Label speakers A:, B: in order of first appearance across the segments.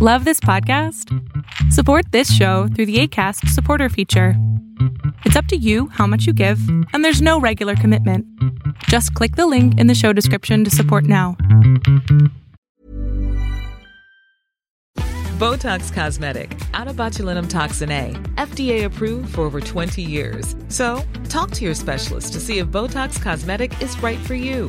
A: Love this podcast? Support this show through the ACAST supporter feature. It's up to you how much you give, and there's no regular commitment. Just click the link in the show description to support now.
B: Botox Cosmetic, out of botulinum toxin A, FDA approved for over 20 years. So, talk to your specialist to see if Botox Cosmetic is right for you.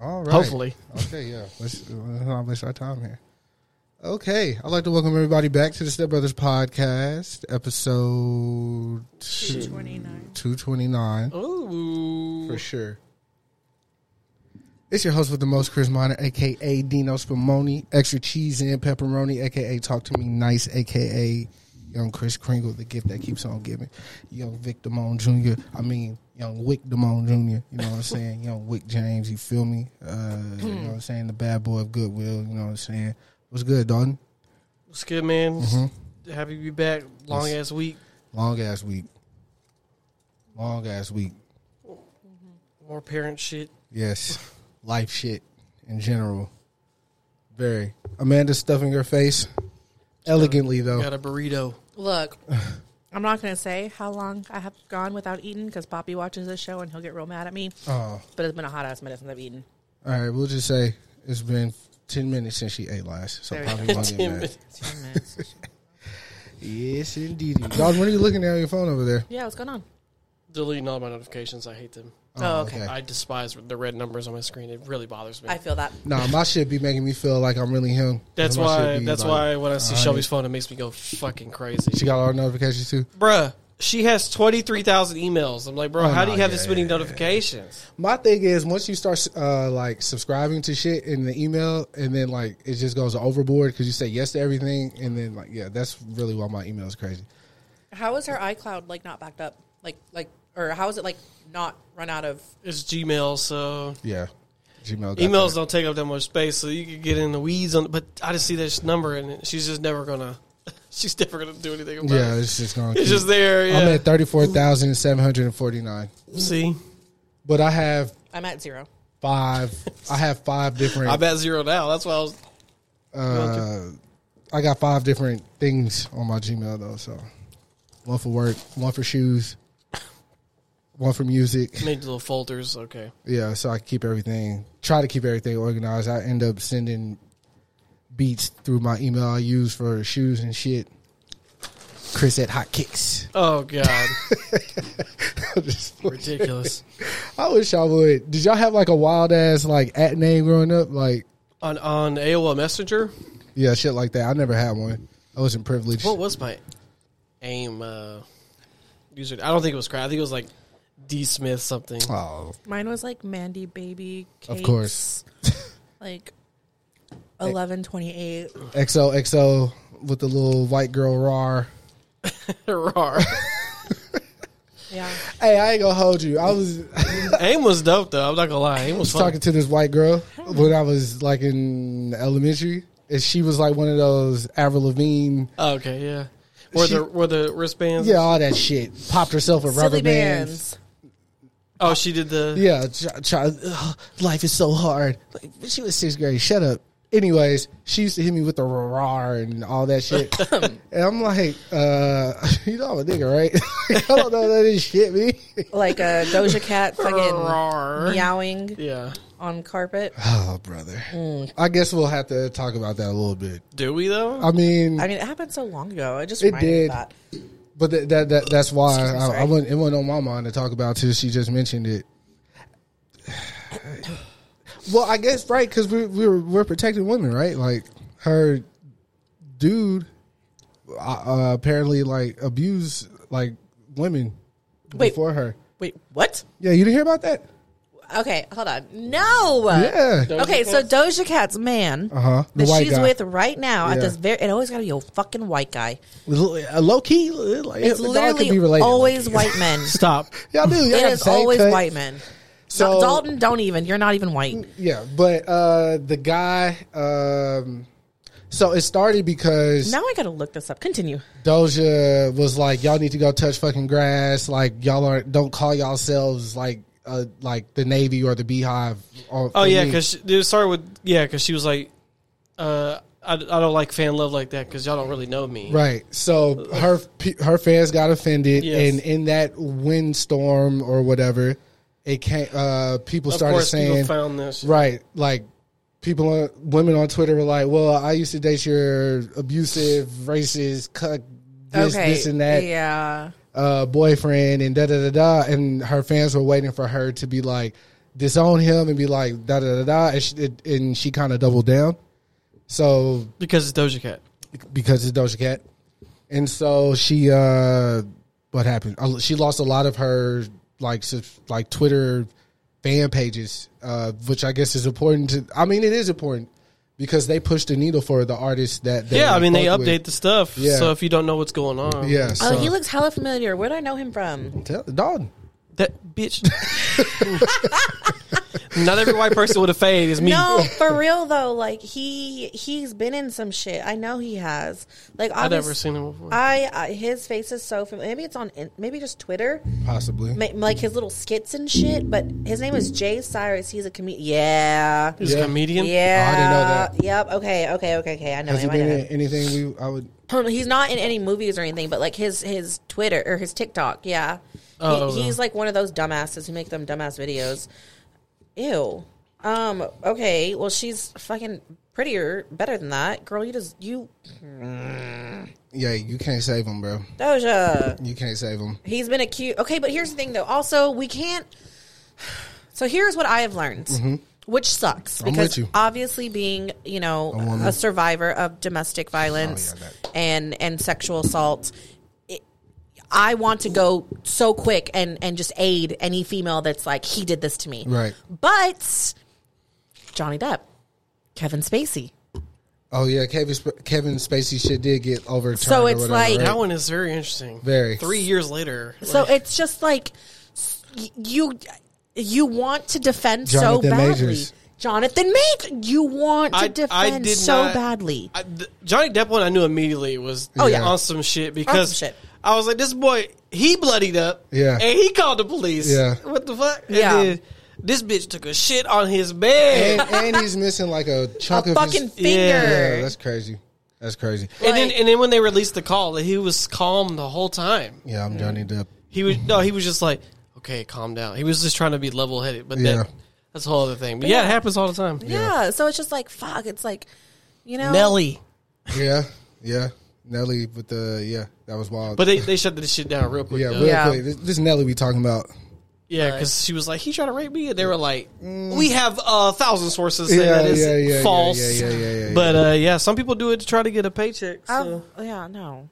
C: All right.
D: Hopefully.
C: Okay, yeah. Let's, uh, let's our time here. Okay. I'd like to welcome everybody back to the Step Brothers Podcast, episode 229. 229,
D: Ooh.
C: for sure. It's your host with the most, Chris Minor, a.k.a. Dino Spumoni, Extra Cheese and Pepperoni, a.k.a. Talk to Me Nice, a.k.a. Young Chris Kringle, the gift that keeps on giving. Young Vic Damone Jr., I mean, Young Wick Damone Jr., you know what I'm saying? Young Wick James, you feel me? Uh, you know what I'm saying? The bad boy of Goodwill, you know what I'm saying? What's good, Dalton?
D: What's good, man?
C: Mm-hmm.
D: Happy to be back. Long ass week.
C: Long ass week. Long ass week.
D: More parent shit.
C: Yes. Life shit in general. Very. Amanda stuffing her face. Elegantly, though.
D: Got a burrito.
E: Look, I'm not going to say how long I have gone without eating because Poppy watches this show and he'll get real mad at me.
C: Oh.
E: But it's been a hot ass minute since I've eaten.
C: All right, we'll just say it's been ten minutes since she ate last, so
E: There we
C: probably won't get
D: Ten
C: mad.
D: minutes.
C: Yes, indeed. Dog, what are you looking at on your phone over there?
E: Yeah, what's going on?
D: Deleting all my notifications. I hate them.
E: Oh, okay.
D: I despise the red numbers on my screen. It really bothers me.
E: I feel that.
C: Nah, my shit be making me feel like I'm really him.
D: that's
C: My shit
D: why.
C: be
D: That's
C: like-
D: why when I see
C: all right.
D: Shelby's phone, it makes me go fucking crazy.
C: she got all our notifications too.
D: Bruh, she has twenty three thousand emails. I'm like, bro, how do
C: Oh, no,
D: you have
C: yeah,
D: this many notifications?
C: My thing is, once you start uh, like subscribing to shit in the email, and then like it just goes overboard because you say yes to everything, and then like yeah, that's really why my email is crazy.
E: How is her iCloud like not backed up? Like, like, or how is it like not run out of?
D: It's Gmail, so
C: Yeah, Gmail got
D: emails
C: that.
D: don't take up that much space, so you could get in the weeds on. But I just see this number, and she's just never gonna. She's never gonna do anything about
C: Yeah,
D: it.
C: it's just going.
D: It's just there. Yeah.
C: I'm at thirty four thousand seven hundred and forty nine,
D: See,
C: but I have
E: I'm at zero.
C: five. I have five different.
D: I'm at zero now. That's why I was.
C: uh, I got five different things on my Gmail though. So one for work, one for shoes, one for music.
D: Made little folders. Okay.
C: Yeah, so I keep everything. Try to keep everything organized. I end up sending beats through my email I use for shoes and shit. Chris at Hot Kicks.
D: Oh God,
C: Just-
D: ridiculous.
C: I wish I would. Did y'all have like a wild ass like at name growing up? Like
D: on on AOL Messenger,
C: yeah, shit like that. I never had one. I wasn't privileged.
D: what was my aim uh, user? I don't think it was crap. I think it was like D Smith something.
C: Oh,
E: Mine was like Mandy Baby.
C: Of
E: Cakes,
C: course.
E: Like eleven twenty eight.
C: XOXO with the little white girl rar.
D: Rar.
E: Yeah.
C: Hey, I ain't gonna hold you. I was
D: aim was dope though. I'm not gonna lie. Aim was fun.
C: talking to this white girl when I was like in elementary, and she was like one of those Avril Lavigne,
D: Oh, okay, yeah. Were
C: She-
D: the were the wristbands?
C: yeah, all that shit. Popped herself a rubber
E: Silly
C: band.
E: bands.
D: Oh, she did the.
C: Yeah, try, try, ugh, life is so hard. Like, when she was sixth grade. Shut up. Anyways, she used to hit me with the rar and all that shit, and I'm like, uh, you know, I'm a nigga, right? I don't know that is shit, me.
E: Like a Doja Cat fucking
D: Rar.
E: meowing
D: Yeah.
E: on carpet.
C: Oh, brother. I guess we'll have to talk about that a little bit.
D: Do we though?
C: I mean,
E: I mean, it happened so long ago. It just
C: It
E: reminded me
C: did.
E: of that.
C: but that, that, that that's why
E: me,
C: I, I
E: sorry.
C: wasn't, it wasn't on my mind to talk about till she just mentioned it. well, I guess right because we we were we're protecting women, right? Like her dude uh, uh, apparently like abused like women
E: Wait.
C: before her.
E: Wait, what?
C: Yeah, you didn't hear about that?
E: Okay, hold on. No.
C: Yeah.
E: Okay, so Doja Cat's man
C: Uh-huh. The
E: that
C: white
E: she's
C: guy.
E: with right now at
C: Yeah.
E: this very, it always got to be a fucking white guy.
C: uh, Low key, like,
E: It's
C: it all could be
E: literally
C: related.
E: always white men.
D: Stop.
C: Y'all do. Y'all
E: It
C: got
E: is
C: the same
E: always
C: cut.
E: white men.
C: So- Mm.
E: So Dalton, don't even. You're not even white.
C: Yeah, but uh, the guy. Um, so it started because
E: Now I gotta look this up. Continue.
C: Doja was like, "Y'all need to go touch fucking grass. Like y'all aren't. Don't call yourselves like uh, like the Navy or the Beehive." Or,
D: Oh
C: for
D: yeah,
C: me."
D: because it started with yeah, because she was like, uh, I, I don't like fan love like that because y'all don't really know me.
C: Right. So her p- her fans got offended,
D: Yes.
C: and in that windstorm or whatever, it came. Uh, people
D: Of
C: started
D: course, people
C: saying,
D: found this.
C: right, like people, on, women on Twitter were like, "Well, I used to date your abusive, racist, cuck, this,
E: okay.
C: this, and that
E: Yeah.
C: uh, boyfriend," and da da da da. And her fans were waiting for her to be like disown him and be like da da da da, and she, and she kind of doubled down. So
D: Because it's Doja Cat.
C: because it's Doja Cat. And so she, uh, what happened? Uh, She lost a lot of her like subs- like Twitter fan pages, uh, which I guess is important to. I mean, it is important because they push the needle for the artists that. They
D: Yeah, I mean they
C: fuck
D: update
C: with.
D: the stuff.
C: Yeah.
D: So if you don't know what's going on,
C: Yeah, so
E: Oh, he looks hella familiar. Where do I know him from?
C: tell Don.
D: that bitch. Not every white person with a fade is me.
E: No, for real though. Like he he's been in some shit. I know he has. Like
D: I've never
E: obvious-
D: seen him before.
E: I, I his face is so familiar. Maybe it's on in- maybe just Twitter,
C: Possibly.
E: ma- like his little skits and shit. But his name is Jay Cyrus. He's a comedian. Yeah,
D: He's a comedian.
E: yeah.
C: Oh, I didn't know that.
E: Yep. Okay. Okay. Okay. Okay. I know
C: Has
E: him.
C: it
E: I know
C: been in
E: him.
C: anything we? I would.
E: Um, He's not in any movies or anything, but like his his Twitter or his TikTok, yeah. He-
D: Oh.
E: he's like one of those dumbasses who make them dumbass videos. Ew. Um. Okay. Well, she's fucking prettier, better than that girl. You just you
C: Yeah, you can't save him, bro.
E: Doja.
C: You can't save him.
E: He's been accused. Okay, but here's the thing, though. Also, we can't. So here's what I have learned, which sucks
C: Mm-hmm. I'm with
E: because
C: you.
E: obviously, being you know a, survivor of
C: Oh,
E: domestic violence
C: that-
E: and and sexual assault, it, I want to go so quick and and just aid any female that's like he did this to me,
C: Right.
E: But Johnny Depp, Kevin Spacey.
C: Oh yeah, Kevin Sp- Kevin Spacey shit did get overturned.
E: So
C: or
E: it's
C: whatever,
E: like-
C: right?
D: That one is very interesting.
C: Very.
D: Three years later.
E: So
D: like,
E: it's just like s- y- you you want to defend so
C: Jonathan
E: badly.
C: Majors.
E: Jonathan Majors, you want to
D: I- I
E: defend
D: did
E: so
D: not-
E: badly.
D: I, the, Johnny Depp one I knew immediately was
E: Oh, yeah.
D: on some shit because
E: some shit.
D: I was like, this boy, he bloodied up.
C: Yeah.
D: And he called the police.
C: Yeah.
D: What the fuck? And
E: Yeah.
D: then this bitch took a shit on his bed.
C: and, and he's missing like a chunk
E: a
C: of
E: fucking
C: his
E: finger.
C: Yeah, that's crazy. That's crazy.
D: And then,
E: Like-
D: and then when they released the call, he was calm the whole time.
C: Yeah, I'm Johnny Depp.
D: He was no, he was just like, okay, calm down. He was just trying to be level headed, but
C: Yeah.
D: that, that's a whole other thing. But yeah, it happens all the time.
E: yeah. so it's just like fuck. It's like you know,
D: Nelly,
C: Yeah, yeah. Nelly with the yeah, that was wild.
D: but they, they shut this shit down real quick.
C: yeah,
D: though.
C: real
E: Yeah.
C: quick. This, this Nelly we talking about.
D: Yeah, because she was like, "He tried to rape me," and they were like, "We have a thousand sources saying
C: Mm. Yeah,
D: that is
C: yeah, yeah, yeah,
D: false."
C: yeah, yeah, yeah, yeah,
D: but uh, yeah, some people do it to try to get a paycheck.
E: Oh,
D: So.
E: yeah, no.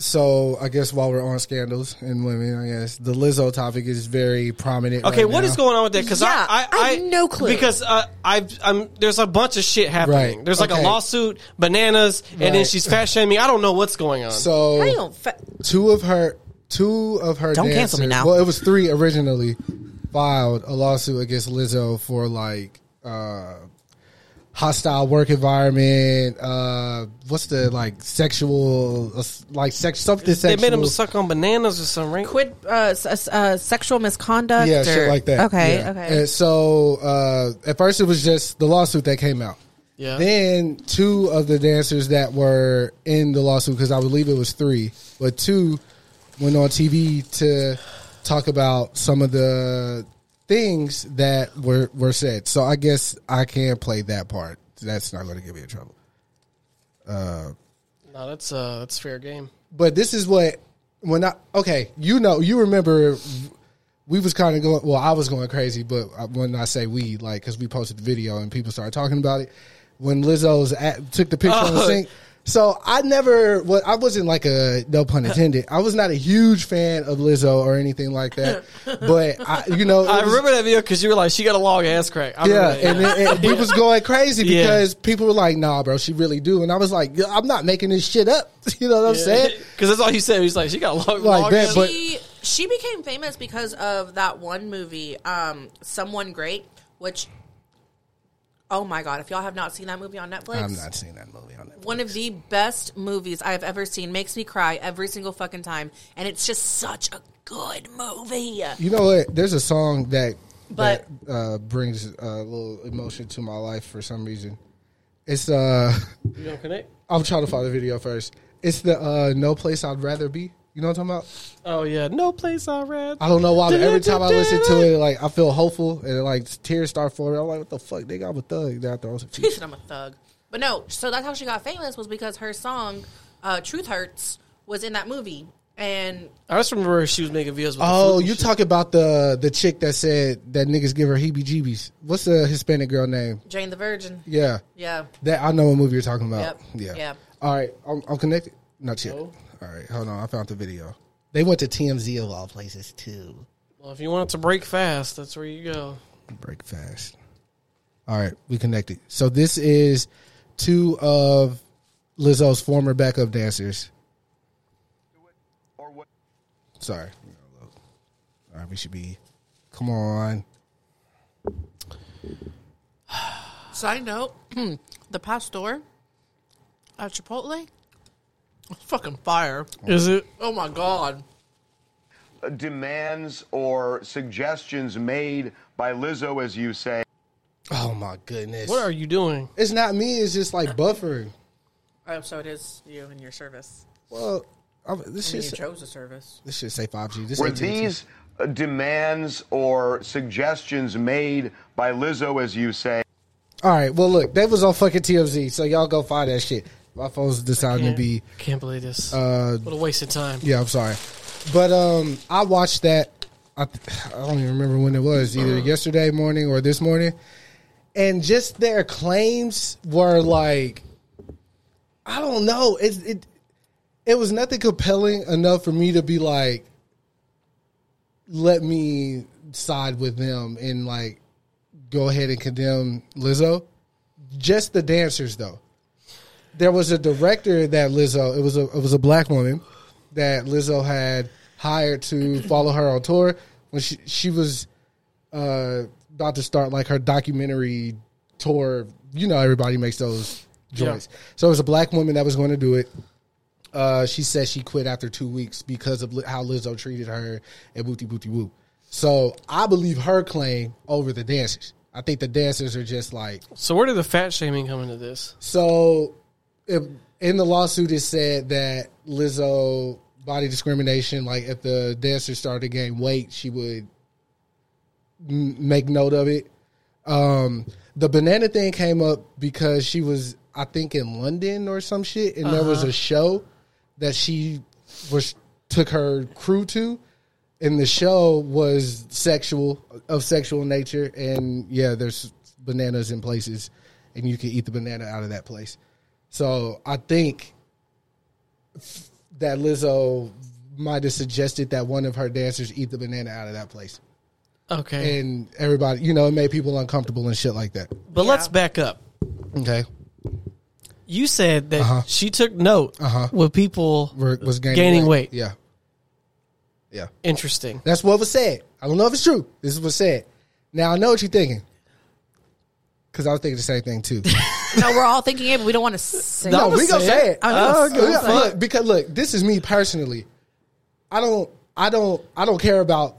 C: So I guess while we're on scandals and women, I guess the Lizzo topic is very prominent.
D: okay,
C: right
D: what
C: now.
D: is going on with that? Because
E: Yeah,
D: I, I,
E: I have no clue.
D: Because uh, I've, I'm there's a bunch of shit happening.
C: Right,
D: There's like
C: okay.
D: a lawsuit, bananas, and then
C: Right.
D: she's fat shaming. me. I don't know what's going on.
C: So
E: I don't. Fa-
C: two of her two of her
E: Don't
C: dancers,
E: cancel me now.
C: Well, it was three originally filed a lawsuit against Lizzo for like uh hostile work environment uh what's the like sexual uh, like sex something
D: they
C: sexual
D: made him suck on bananas or something, right?
E: quit uh, s- s- uh, sexual misconduct.
C: yeah
E: or,
C: shit like that
E: Okay,
C: Yeah.
E: okay.
C: and so uh at first it was just the lawsuit that came out
D: Yeah.
C: Then two of the dancers that were in the lawsuit, because I believe it was three, but two went on TV to talk about some of the things that were, were said. So I guess I can play that part. That's not going to get me in trouble.
D: no, that's uh, that's fair game.
C: But this is what when I okay, you know, you remember we was kind of going. Well, I was going crazy, but I- when I say we, like, because we posted the video and people started talking about it when Lizzo's at, took the picture on the
D: Oh,
C: sink. So I never, well, I wasn't like a no pun intended. I was not a huge fan of Lizzo or anything like that. But I, you know, it
D: I
C: was-
D: remember that video because you were like, she got a long ass crack. I
C: Yeah,
D: remember that,
C: and, it, and we was going crazy
D: Yeah.
C: because people were like, "Nah, bro, she really do," and I was like, "Yeah, "I'm not making this shit up." You know what I'm saying?
D: Because that's all he said. He's like, she got a long,
C: Like
D: long
C: that,
D: ass.
C: but-
E: she she became famous because of that one movie, um, Someone Great, which oh my god, if y'all have not seen that movie on Netflix,
C: I'm not seeing that movie on that.
E: one of the best movies I have ever seen. Makes me cry every single fucking time, and it's just such a good movie.
C: You know what? There's a song that
E: But-
C: that uh, brings a little emotion to my life for some reason. It's uh,
D: you don't connect?
C: I'm trying to find the video first. It's the uh, "No Place I'd Rather Be." You know what I'm talking about?
D: Oh, yeah. No place I read.
C: I don't know why, but every time I listen to it, like I feel hopeful and like tears start flowing. I'm like, "What the fuck? They got a thug down there on some
E: He said I'm a thug, but no. So that's how she got famous was because her song uh, "Truth Hurts" was in that movie, and
D: I just remember she was making videos with
C: Oh,
D: the
C: you talk about the the chick that said that niggas give her heebie-jeebies. What's the Hispanic girl name?
E: Jane the Virgin.
C: Yeah,
E: Yeah.
C: that I know what movie you're talking about.
E: Yep.
C: Yeah,
E: Yeah.
C: All right, I'm, I'm connected. Not yet.
D: No.
C: All right, hold on. I found the video. They went to TMZ of all places too.
D: Well, if you want it to break fast, that's where you go.
C: Break fast. All right, we connected. So this is two of Lizzo's former backup dancers. Sorry. All right, we should be. Come on.
E: Side note: the pastor at Chipotle, fucking fire.
D: Is it?
E: Oh my god.
F: demands or suggestions made by Lizzo, as you say.
C: Oh my goodness.
D: What are you doing?
C: It's not me. It's just like buffering.
E: Oh, so it is you and your service.
C: Well, I'm, this
E: You
C: should say,
E: chose a service.
C: this should say five G. This
F: Were
C: ain't TNT.
F: these uh, demands or suggestions made by Lizzo, as you say?
C: All right. Well, look, they was on fucking TMZ, so y'all go find that shit. My phone's deciding to be.
D: Can't believe this. Uh, what a waste of time.
C: Yeah, I'm sorry, but um, I watched that. I, I don't even remember when it was, either yesterday morning or this morning, and just their claims were like, I don't know. It it it was nothing compelling enough for me to be like, let me side with them and like go ahead and condemn Lizzo. Just the dancers though. There was a director that Lizzo it was a it was a black woman that Lizzo had hired to follow her on tour when she she was uh about to start like her documentary tour. You know everybody makes those joints. So it was a black woman that was going to do it uh, she said she quit after two weeks because of li- how Lizzo treated her and booty booty woo. So I believe her claim over the dancers. I think the dancers are just like
D: So where did the fat shaming come into this?
C: so. If, in the lawsuit, it said that Lizzo body discrimination. Like if the dancer started to gain weight, she would m- make note of it. Um, the banana thing came up because she was, I think, in London or some shit, and there was a show that she was took her crew to, and the show was sexual of sexual nature, and yeah, there's bananas in places, and you can eat the banana out of that place. So I think that Lizzo might have suggested that one of her dancers eat the banana out of that place
D: Okay.
C: and everybody, you know, it made people uncomfortable and shit like that.
D: but let's back up.
C: Okay,
D: You said that
C: Uh-huh.
D: she took note with people
C: Were- was gaining,
D: Gaining weight.
C: Yeah, yeah,
D: interesting.
C: that's what was said. I don't know if it's true. This is what's said. Now I know what you're thinking, because I was thinking the same thing too.
E: No, we're all thinking it, but we don't want to say
C: no, we gonna say it.
E: I don't
C: Uh,
E: give a
C: yeah, look, because look, this is me personally. I don't, I don't, I don't care about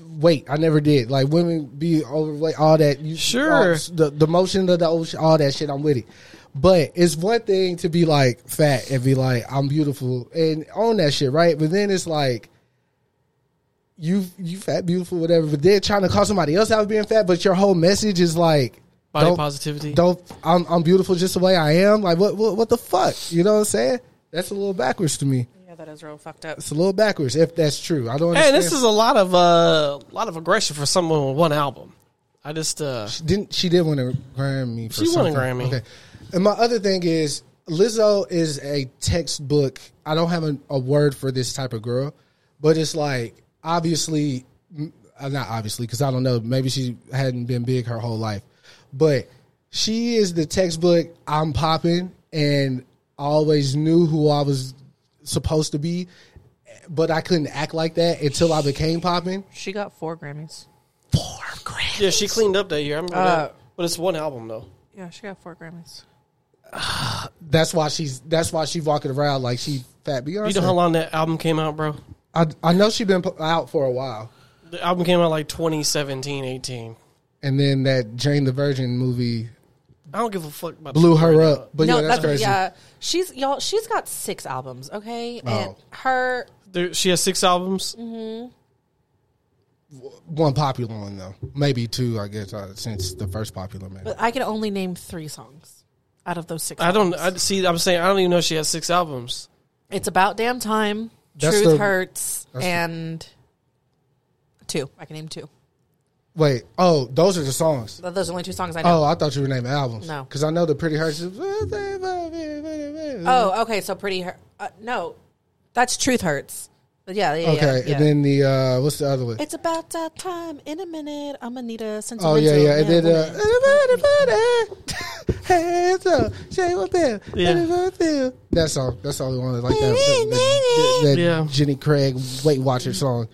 C: weight. I never did. Like women be overweight, all that. You,
D: Sure.
C: all- the the motion of the ocean, all that shit. I'm with it. But it's one thing to be like fat and be like I'm beautiful and own that shit, right? But then it's like you you fat, beautiful, whatever. But then trying to call somebody else out for being fat, but your whole message is like
D: Body
C: don't-
D: positivity.
C: Don't I'm I'm beautiful just the way I am. Like what what what the fuck? You know what I'm saying? That's a little backwards to me.
E: Yeah, that is real fucked up.
C: It's a little backwards if that's true. I don't.
D: Hey,
C: Understand.
D: this is a lot of uh, lot of aggression for someone with one album. I just uh,
C: didn't she did win a Grammy? For
D: She won a
C: something.
D: Grammy.
C: Okay. And my other thing is, Lizzo is a textbook. I don't have a, a word for this type of girl, but it's like obviously, m- uh, not obviously, because I don't know. Maybe she hadn't been big her whole life, but she is the textbook. I'm popping, and I always knew who I was supposed to be, but I couldn't act like that until I became popping.
E: She got four Grammys.
D: Yeah, she cleaned up that year. I remember that. But it's one album though.
E: Yeah, she got four Grammys.
C: That's why she's. That's why she walking around like she fat Beyonce.
D: You know how long that album came out, bro?
C: I I know she been pu- out for a while.
D: The album came out like 2017, 18.
C: and then that Jane the Virgin movie
D: I don't give a fuck about
C: blew
D: that
C: her
D: right
C: up. But
E: no,
C: yeah, that's
E: that's
C: crazy.
E: yeah. She's y'all. She's got six albums. Okay, and
C: Oh.
E: her
D: now. There, she has six albums.
E: Mm-hmm.
C: One popular one though, maybe two, I guess, uh, since the first popular man.
E: I can only name three songs out of those six.
D: I don't. I
E: albums.
D: see. I'm saying I don't even know she has six albums.
E: it's about damn time.
C: That's
E: Truth
C: the-
E: hurts
C: that's the-
E: and two. I can name two.
C: Wait, oh, those are the songs.
E: Th- Those are the only two songs I know.
C: Oh, I thought you were naming albums.
E: No.
C: because I know the Pretty Hurts. Is, Mm-hmm.
E: Oh, okay. So pretty. Hur- uh, no, that's truth hurts. But yeah, yeah, yeah,
C: okay,
E: yeah.
C: and then the uh, what's the other one?
E: it's about that time. In a minute, I'm gonna need a
C: Oh
E: sentimental.
C: yeah, yeah, and
E: man
C: then uh,
E: woman.
C: hands up, shake what feel,
D: Yeah.
C: feel. That song, that's the only one that like that, that, that, that
D: Yeah.
C: Jenny Craig Weight Watcher song.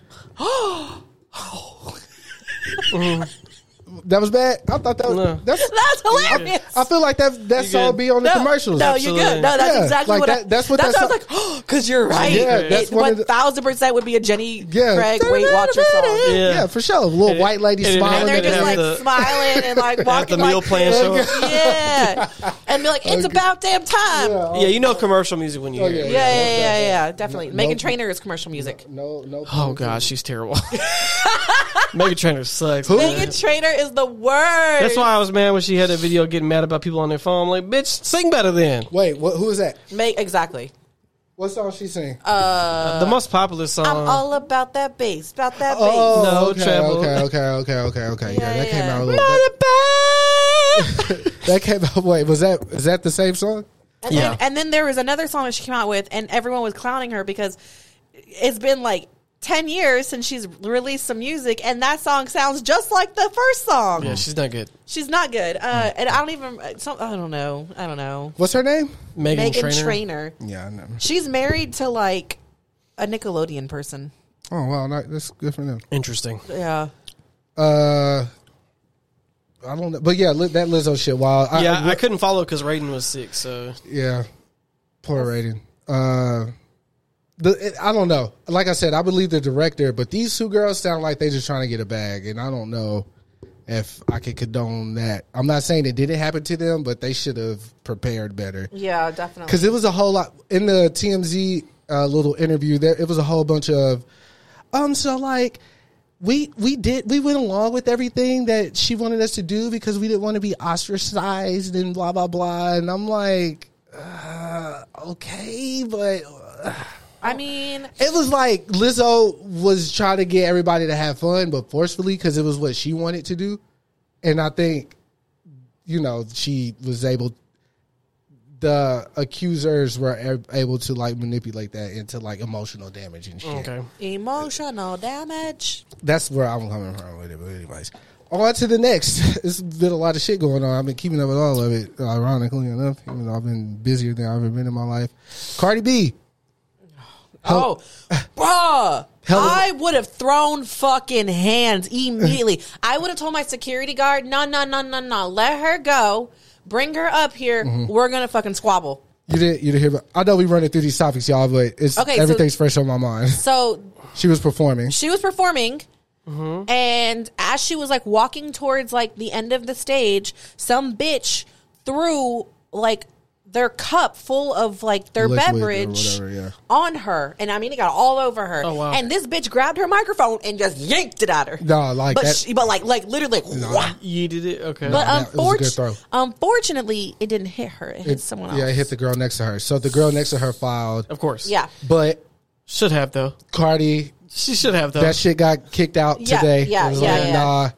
C: that was bad. I thought that was
D: No.
C: that's.
E: that's hilarious.
C: I feel like that that
D: You
C: song
D: good.
C: be on the
E: no,
C: commercials.
E: No, you're
D: Absolutely.
E: good. No, that's
C: Yeah,
E: exactly
C: like
E: what. I,
C: that- that's what
E: that's
C: that
E: what I was like, because you're right.
C: Yeah, that's one of
E: one
C: the-
E: thousand percent would be a Jenny
C: yeah,
E: Craig Weight Watcher song.
C: Yeah,
D: Yeah.
C: for sure. Little
D: And it-
C: white lady
D: and it-
E: And
C: smiling.
E: they're
D: They'd
E: just
D: have
E: like
D: the-
E: smiling and like
D: At the
E: walking
D: meal
E: like
D: plan show. up.
E: yeah, and be like, it's about damn time. Yeah,
D: Yeah, you know commercial music when you
C: Oh,
D: hear.
C: yeah,
D: it.
E: yeah, yeah, yeah, definitely.
C: No-
E: Megan
C: no-
E: Trainor is commercial music.
C: no, no.
D: Oh god, she's terrible. Megan Trainor sucks.
E: Megan Trainor is the worst.
D: That's why I was mad when she had a video getting mad about people on their phone. I'm like, bitch, sing better then.
C: Wait, what? Who is that?
E: Make exactly.
C: What song she singing?
D: the most popular song.
E: Uh, I'm all about that bass, about that bass.
C: oh,
D: No
C: okay,
D: trouble.
C: okay, okay, okay, okay, okay. Yeah, that came
E: yeah.
C: out a little. bit. that came out. Wait, was that is that the same song?
E: And, then, and then there was another song that she came out with, and everyone was clowning her because it's been like 10 years since she's released some music, and that song sounds just like the first song.
D: yeah, she's not good.
E: She's not good. Uh, and I don't even, uh, some, I don't know. I don't know.
C: What's her name?
D: Megan,
E: Megan
D: Trainor.
E: Trainor.
C: Yeah, I know.
E: She's married to like a Nickelodeon person.
C: Oh wow, that- that's good for them.
D: Interesting.
E: Yeah.
C: Uh, I don't know, but yeah, li- that Lizzo shit. Wow. I,
D: Yeah,
C: I-
D: I couldn't follow because Raiden was sick. So
C: yeah. Poor rating. Uh, the it, I don't know. Like I said, I believe the director, but these two girls sound like they just trying to get a bag, and I don't know if I could condone that. I'm not saying it didn't happen to them, but they should have prepared better.
E: Yeah, definitely.
C: because it was a whole lot in the TMZ uh, little interview. There, it was a whole bunch of, um, so like we we did we went along with everything that she wanted us to do because we didn't want to be ostracized and blah blah blah. And I'm like, uh, okay, but.
E: I mean,
C: It was like Lizzo was trying to get everybody to have fun, but forcefully because it was what she wanted to do, and I think, you know, she was able. The accusers were ab- able to like manipulate that into like emotional damage and shit.
D: okay,
E: emotional damage.
C: That's where I'm coming from with it. But anyways, on to the next. It's been a lot of shit going on. I've been keeping up with all of it, ironically enough. Even though I've been busier than I've ever been in my life. Cardi B,
E: Oh, bruh.
C: Hell-
E: I would have thrown fucking hands immediately. I would have told my security guard, no, no, no, no, no. Let her go. Bring her up here. We're going to fucking squabble.
C: you didn't you didn't hear? About, I know we running through these topics, y'all, but it's
E: Okay, so-
C: everything's fresh on my mind.
E: So
C: She was performing.
E: she was performing. And as she was like walking towards like the end of the stage, some bitch threw like their cup full of like their
C: Liquid or
E: beverage
C: whatever, yeah.
E: on her. And I mean, it got all over her.
D: Oh, wow.
E: And this bitch grabbed her microphone and just yanked it at her.
C: No, like
E: but
C: that-
E: she, but like like literally like, whack.
D: you did it. Okay,
E: but
C: that was a good throw.
E: unfortunately, unfortunately, it didn't hit her. It, hit someone else.
C: Yeah, it hit the girl next to her. So the girl next to her filed,
D: of course.
E: Yeah.
C: but
D: should have though.
C: Cardi,
D: She should have though.
C: that shit got kicked out
E: Yeah,
C: today.
E: yeah,
C: It was
E: yeah,
C: like,
E: yeah.
C: Nah.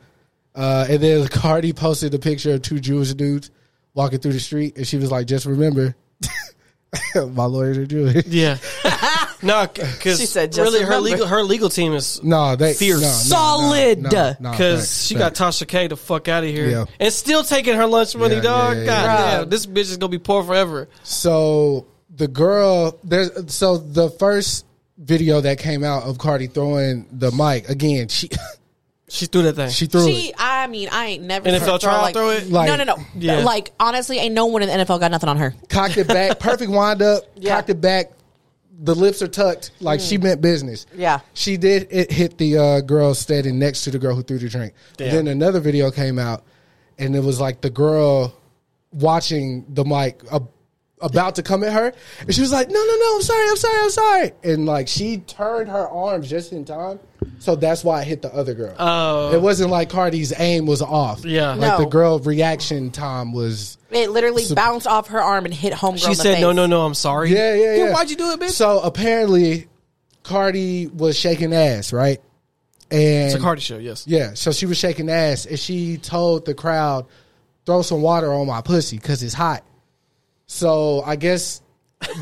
C: Uh, and then Cardi posted a picture of two Jewish dudes walking through the street, and she was like, "Just remember, My lawyers are Jewish.
D: Yeah. no, because
G: She said, "Just
D: really her
G: remember."
D: legal her legal team is
C: No, they
D: Fierce.
C: no, no, no,
G: Solid.
C: no, no, no,
D: because
C: facts,
D: she
C: facts.
D: got Tasha K the fuck out of here
C: Yeah.
D: and still taking her lunch money,
C: Yeah,
D: dog.
C: yeah, yeah,
D: God
G: yeah.
D: damn, this bitch is gonna be poor forever.
C: So the girl, there's so the first video that came out of Cardi throwing the mic again. She
D: She threw that thing.
C: she threw
E: She,
C: it.
E: I mean, I ain't never.
D: NFL
E: heard-
D: trial
E: like,
D: throw it?
C: Like-
E: no, no, no.
D: Yeah.
E: Like honestly, ain't no one in the NFL got nothing on her.
C: cocked it back, perfect wind up,
G: Yeah. Mm.
C: cocked it back. The lips are tucked, like she meant business.
G: Yeah.
C: she did. It hit the uh, girl standing next to the girl who threw the drink. Then another video came out, and it was like the girl watching the mic uh, about to come at her, and she was like, "No, no, no! I'm sorry, I'm sorry, I'm sorry!" And like she turned her arms just in time, so that's why it hit the other girl.
D: Oh.
C: it wasn't like Cardi's aim was off.
D: Yeah.
C: like
E: No.
C: the girl reaction time was.
E: It literally bounced off her arm and hit homegirl.
D: She
E: in the
D: said,
E: face.
D: "No, no, no, I'm sorry."
C: Yeah, yeah,
D: Then
C: yeah.
D: Why'd you do it, bitch?
C: So apparently, Cardi was shaking ass, right? And
D: it's a Cardi show. Yes.
C: yeah, so she was shaking ass, and she told the crowd, "Throw some water on my pussy because it's hot." So I guess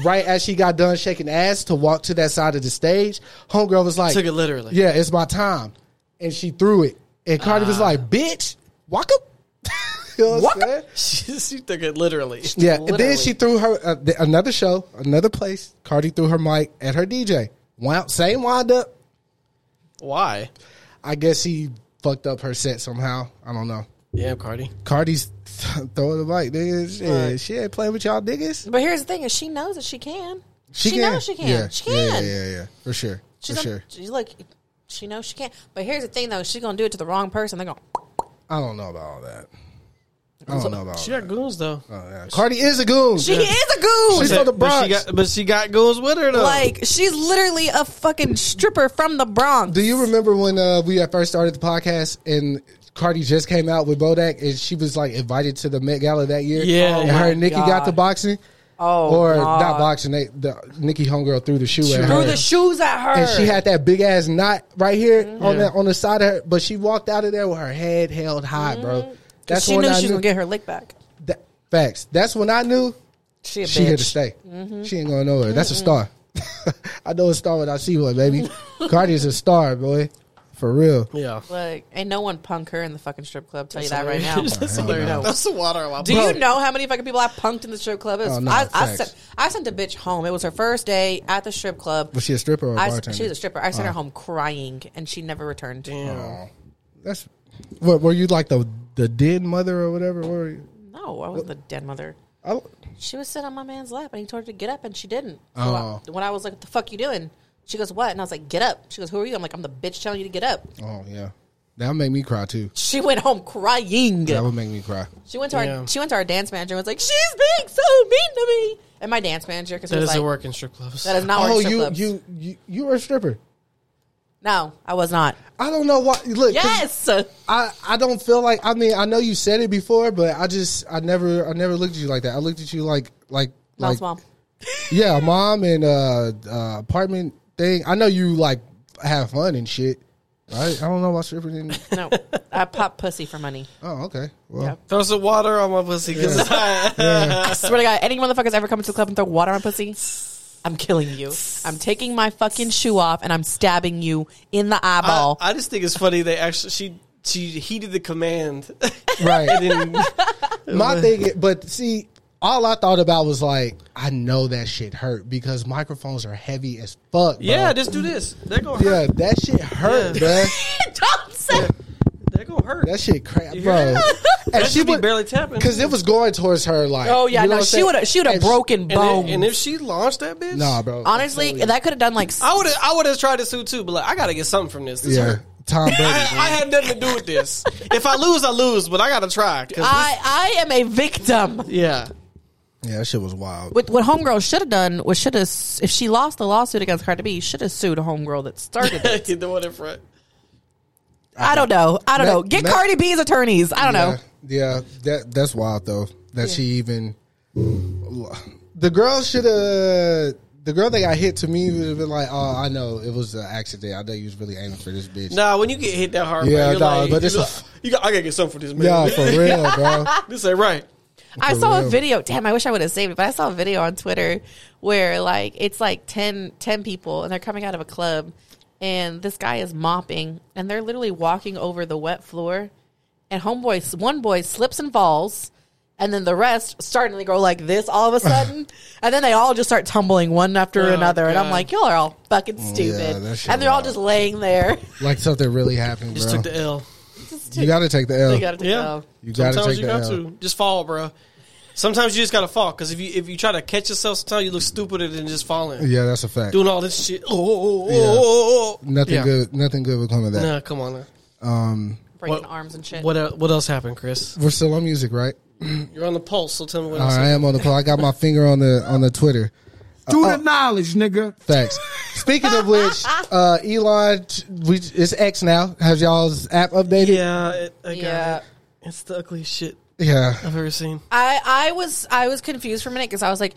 C: right as she got done shaking ass to walk to that side of the stage, homegirl was like,
D: Took it literally.
C: Yeah, it's my time, and she threw it, and Cardi was like, "Bitch, walk up." you know what I'm
D: Ah. Walk up.
C: saying?
D: She, she took it literally.
C: Yeah, and then she threw her uh, th- another show, another place. Cardi threw her mic at her DJ. Wow, same wind up.
D: Why?
C: I guess she fucked up her set somehow. I don't know.
D: Damn, Cardi.
C: Cardi's throwing the mic, niggas. Shit, She ain't playing with y'all niggas.
E: But here's the thing: is she knows that she can. She, knows she can.
C: Yeah,
E: She
C: yeah,
E: can.
C: Yeah, yeah, yeah, for sure,
E: She's
C: for
E: gonna,
C: sure.
E: She's like, she knows she can. But here's the thing, though: she's gonna do it to the wrong person. They're gonna.
C: I don't know about all that. I don't know about all
D: She
C: that.
D: got goons though.
C: Yeah. Cardi is a goon.
E: She is a goon.
C: Uh, She's from the
D: But
C: Bronx.
D: she got, but she got goons with her though.
E: Like she's literally a fucking stripper from the Bronx.
C: Do you remember when uh, we had first started the podcast and Cardi just came out with Bodak and she was like invited to the Met Gala that year?
D: Yeah.
C: and
D: Oh
C: her
D: my
C: and Nikki got the boxing.
E: Oh,
C: or
E: God.
C: not boxing. They, the Nikki homegirl threw the shoe at
E: threw
C: her,
E: the shoes at her. Mm-hmm.
C: and she had that big ass knot right here on the on the side of her. But she walked out of there with her head held high, bro. That's
E: Mm-hmm. she
C: when
E: knew
C: I
E: she was
C: knew.
E: gonna get her lick back.
C: that- facts. That's when I knew
E: She a
C: she here to
E: bitch. Mm-hmm.
C: stay. She ain't going nowhere. That's a star. I know a star when I see one, baby. Cardi is a star, boy, for real.
D: yeah.
E: Like, ain't no one punk her in the fucking strip club. Tell you that right now.
D: That's hilarious. That's the water. I
E: Do you know how many fucking people I punked in the strip club? It was-
C: Oh, no,
E: I,
C: facts.
E: I sent I sent a bitch home. It was her first day at the strip club.
C: Was she a stripper or a
E: I,
C: bartender? Oh.
E: she was a stripper. I sent her home crying, and she never returned.
C: That's what were you like the the dead mother or whatever? What were you?
E: No, I wasn't the dead mother.
C: I,
E: She was sitting on my man's lap, and he told her to get up, and she didn't. So
C: Oh.
E: I- when I was like, "What the fuck you doing?" She goes, "What?" And I was like, "Get up." She goes, "Who are you?" I'm like, "I'm the bitch telling you to get up."
C: oh yeah, that would make me cry too.
E: She went home crying.
C: That would make me cry.
E: She went to our
D: Yeah.
E: she went to our dance manager and was like, "She's being so mean to me." And my dance manager because
D: That
E: was
D: doesn't
E: like,
D: work in strip clubs.
E: "That is not
C: oh,
E: working."
C: you, you you you were a stripper.
E: No, I was not.
C: I don't know why. Look, 'cause
E: Yes.
C: I I don't feel like. I mean, I know you said it before, but I just I never I never looked at you like that. I looked at you like like like
E: Mom's mom.
C: yeah, mom and uh, uh apartment thing. I know you like have fun and shit. I I don't know why strippers. Didn't,
E: No, I pop pussy for money.
C: oh okay, well
D: Throw some water on my pussy. 'cause I-
E: I swear to God, any motherfuckers ever come to the club and throw water on pussy, I'm killing you. I'm taking my fucking shoe off and I'm stabbing you in the
D: I,
E: eyeball.
D: I just think it's funny. They actually she she heeded the command.
C: right.
D: And
C: My thing, is- but see, all I thought about was like, I know that shit hurt because microphones are heavy as fuck. Bro.
D: yeah, just do this. They're gonna hurt.
C: yeah, that shit hurt,
D: Yeah.
C: bruh.
E: Don't say.
D: They're gonna hurt.
C: That shit crap,
D: You
C: bro.
D: hear that?
C: And
D: That should be barely tapping.
C: because it was going towards her like.
E: Oh yeah,
C: you know
E: no,
C: what I'm
E: she
C: saying?
E: would have. She would have
C: And she-
E: broken
D: And,
E: bones.
D: If, and if she launched that bitch,
C: Nah, bro.
E: Honestly, that could have done like. s-
D: I would have I would have tried to sue too. But like, I gotta get something from this. This
C: yeah,
D: hurt.
C: Tom Brady.
D: I, I had nothing to do with this. if I lose, I lose. But I gotta try. 'cause this-
E: I I am a victim.
D: yeah.
C: yeah, that shit was wild.
E: What, what Homegirl should have done was should have if she lost the lawsuit against Cardi B, should have sued Homegirl that started it.
D: the one in front.
E: I don't know. I don't
C: Ma-
E: know. Get
C: ma-
E: Cardi B's attorneys. I don't
C: yeah,
E: know.
C: yeah, that that's wild though. That she even the girl should have. The girl that got hit to me would have been like, "Oh, I know it was an accident. I know you was really aiming for this bitch."
D: Nah, when you get hit that hard,
C: Yeah,
D: yeah, you're
C: nah,
D: like,
C: but
D: you
C: it's a-
D: like, you got, I gotta get something for this man.
C: Yeah, for real, bro.
D: this ain't right.
E: I saw
C: real.
E: a video. Damn, I wish I would have saved it, but I saw a video on Twitter where like it's like 10, 10 people and they're coming out of a club and this guy is mopping and they're literally walking over the wet floor and homeboy one boy slips and falls and then the rest suddenly go like this all of a sudden and then they all just start tumbling one after
D: Oh,
E: another and I'm
D: God.
E: like y'all are all fucking
C: Yeah,
E: stupid
C: that shit
E: and they're all
C: wild.
E: just laying there.
C: Like something really happened,
D: Just
C: bro.
D: took the L.
C: you got to take the L.
E: They gotta take
D: Yeah.
E: it off.
C: You gotta
D: sometimes
C: take
D: you
C: the
D: got
C: L.
D: to just fall, bro. Sometimes you just gotta fall because if you if you try to catch yourself, sometimes you look stupider than just falling,
C: yeah, that's a fact.
D: doing all this shit. Oh, oh, oh,
C: Yeah.
D: oh, oh, oh.
C: Nothing
D: Yeah.
C: good. Nothing good would come of that.
D: Nah, come on. Now.
E: breaking
D: What-
E: arms and shit.
D: What el- what else happened, Chris?
C: We're still on music, right?
D: You're on the pulse, so tell me what
C: All
D: else.
C: right, I am on the. pl- I got my finger on the on the Twitter.
G: Do the knowledge, nigga.
C: Thanks. Speaking of which, uh, Elon, we, it's X now. Has y'all's app updated?
D: Yeah, it, I got
E: Yeah.
D: it. It's the ugliest shit
C: Yeah.
D: I've ever seen.
E: I I was I was confused for a minute because I was like,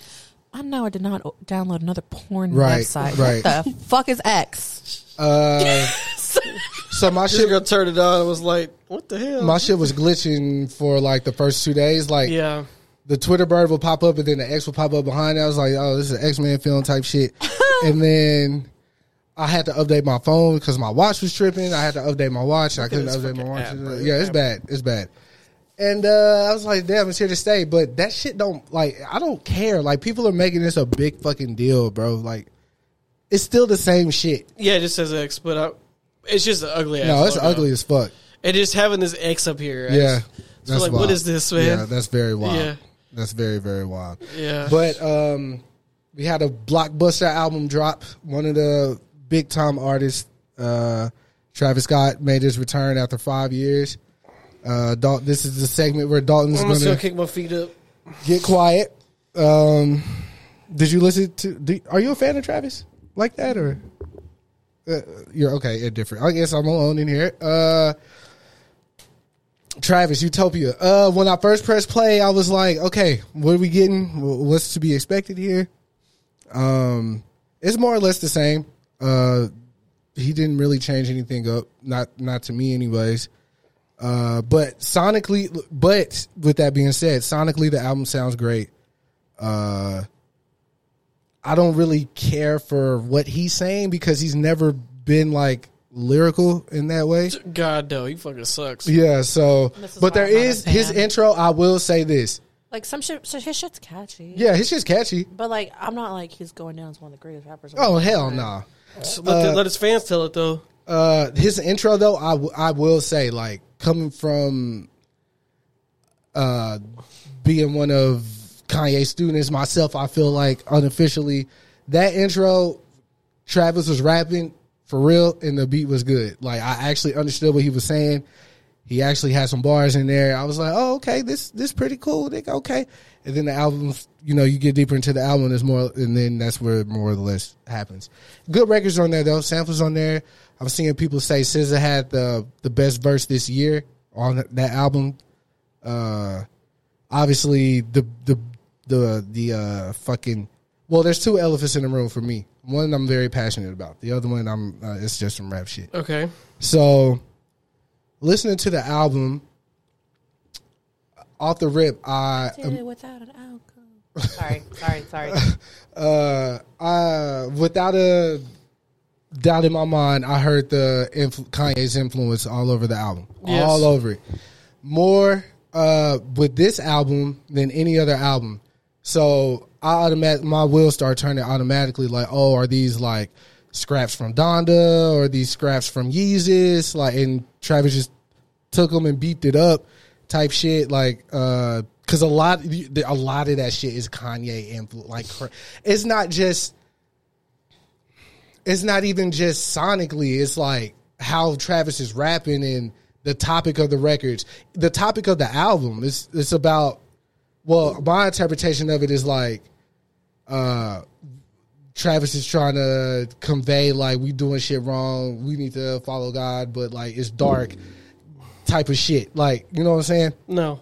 E: I know I did not o- download another porn
C: Right,
E: website.
C: right.
E: What the fuck is X?
C: Uh, so my
D: She
C: shit,
D: gonna turn it on. I was like, what the hell?
C: my shit was glitching for like the first two days. Like
D: yeah,
C: the Twitter bird will pop up and then the X will pop up behind. it. I was like, oh, this is X Men film type shit. and then I had to update my phone because my watch was tripping. I had to update my watch. I couldn't
D: this
C: update my
D: fucking
C: watch.
D: app, bro.
C: yeah, it's bad. It's bad. And uh, I was like, damn, it's here to stay. But that shit don't like. I don't care. Like people are making this a big fucking deal, bro. Like it's still the same shit.
D: yeah. It just says X, but I, it's just an ugly. ass
C: No, it's
D: logo.
C: ugly as fuck.
D: And just having this X up here. I
C: Yeah.
D: just- So, like, what is this, man?
C: Yeah, that's very wild.
D: Yeah.
C: That's very, very wild.
D: Yeah.
C: But um, we had a blockbuster album drop. One of the big time artists, uh, Travis Scott, made his return after five years. Uh, Dal- this is the segment where Dalton's
D: I'm just
C: going
D: gonna
C: to
D: kick my feet up.
C: get quiet. Um, did you listen to? Do, are you a fan of Travis like that, or uh, you're okay? You're different. I guess I'm alone in here. Uh, Travis, Utopia. Uh, when I first pressed play, I was like, okay, what are we getting? Wh- What's to be expected here? Um, it's more or less the same. Uh, he didn't really change anything up. Not not to me, anyways. Uh, but sonically, but with that being said, sonically the album sounds great. Uh, I don't really care for what he's saying because he's never been like lyrical in that way.
D: God, though, he fucking sucks.
C: Yeah, so
E: This is
C: but
E: why
C: there
E: I'm not a
C: is his
E: fan.
C: intro. I will say this.
E: Like some shit, so his shit's catchy.
C: Yeah, his shit's catchy.
E: But like, I'm not like he's going down as one of the greatest rappers. of
C: Oh
E: all
C: hell
E: time.
C: no.
D: So let, the- let his fans tell it though.
C: Uh, his intro though, I w- I will say like coming from uh being one of Kanye's students myself, I feel like unofficially that intro Travis was rapping for real and the beat was good. Like I actually understood what he was saying. He actually had some bars in there. I was like, "Oh, okay, this this pretty cool, Nick. Okay." And then the album, you know, you get deeper into the album, there's more, and then that's where more or less happens. Good records on there though, samples on there. I'm seeing people say SZA had the the best verse this year on that album. Uh, obviously the the the the uh fucking well there's two elephants in the room for me one i'm very passionate about the other one i'm uh, it's just some rap shit
D: Okay.
C: so listening to the album off the rip i
E: Did it without an alcohol. sorry, sorry, sorry.
C: uh, uh, without a doubt in my mind, I heard the influ- Kanye's influence all over the album,
D: Yes.
C: all over it. More uh, with this album than any other album. So I automatic my wheels start turning automatically. Like, oh, are these like scraps from Donda or these scraps from Yeezus? Like, and Travis just took them and beeped it up type shit like uh because a lot a lot of that shit is kanye influence like cra- it's not just it's not even just sonically it's like how travis is rapping and the topic of the records the topic of the album is it's about well my interpretation of it is like uh Travis is trying to convey like we doing shit wrong, we need to follow God, but like it's dark type of shit. Like, you know what I'm saying?
D: No.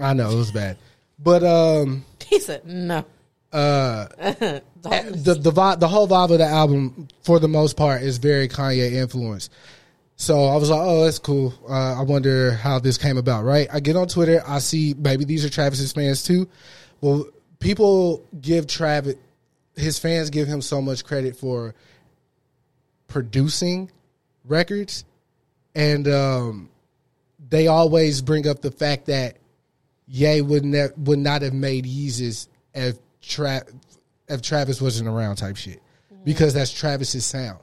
C: I know it was bad. But um
E: he said no.
C: the the vibe, the whole vibe of the album for the most part is very Kanye influenced. So I was like, oh, that's cool. Uh, I wonder how this came about, right? I get on Twitter, I see maybe these are Travis's fans too. Well, people give Travis, his fans give him so much credit for producing records, and um, they always bring up the fact that Ye would ne- would not have made Yeezus if Tra- if Travis wasn't around, type shit,
D: Mm-hmm.
C: because that's Travis's sound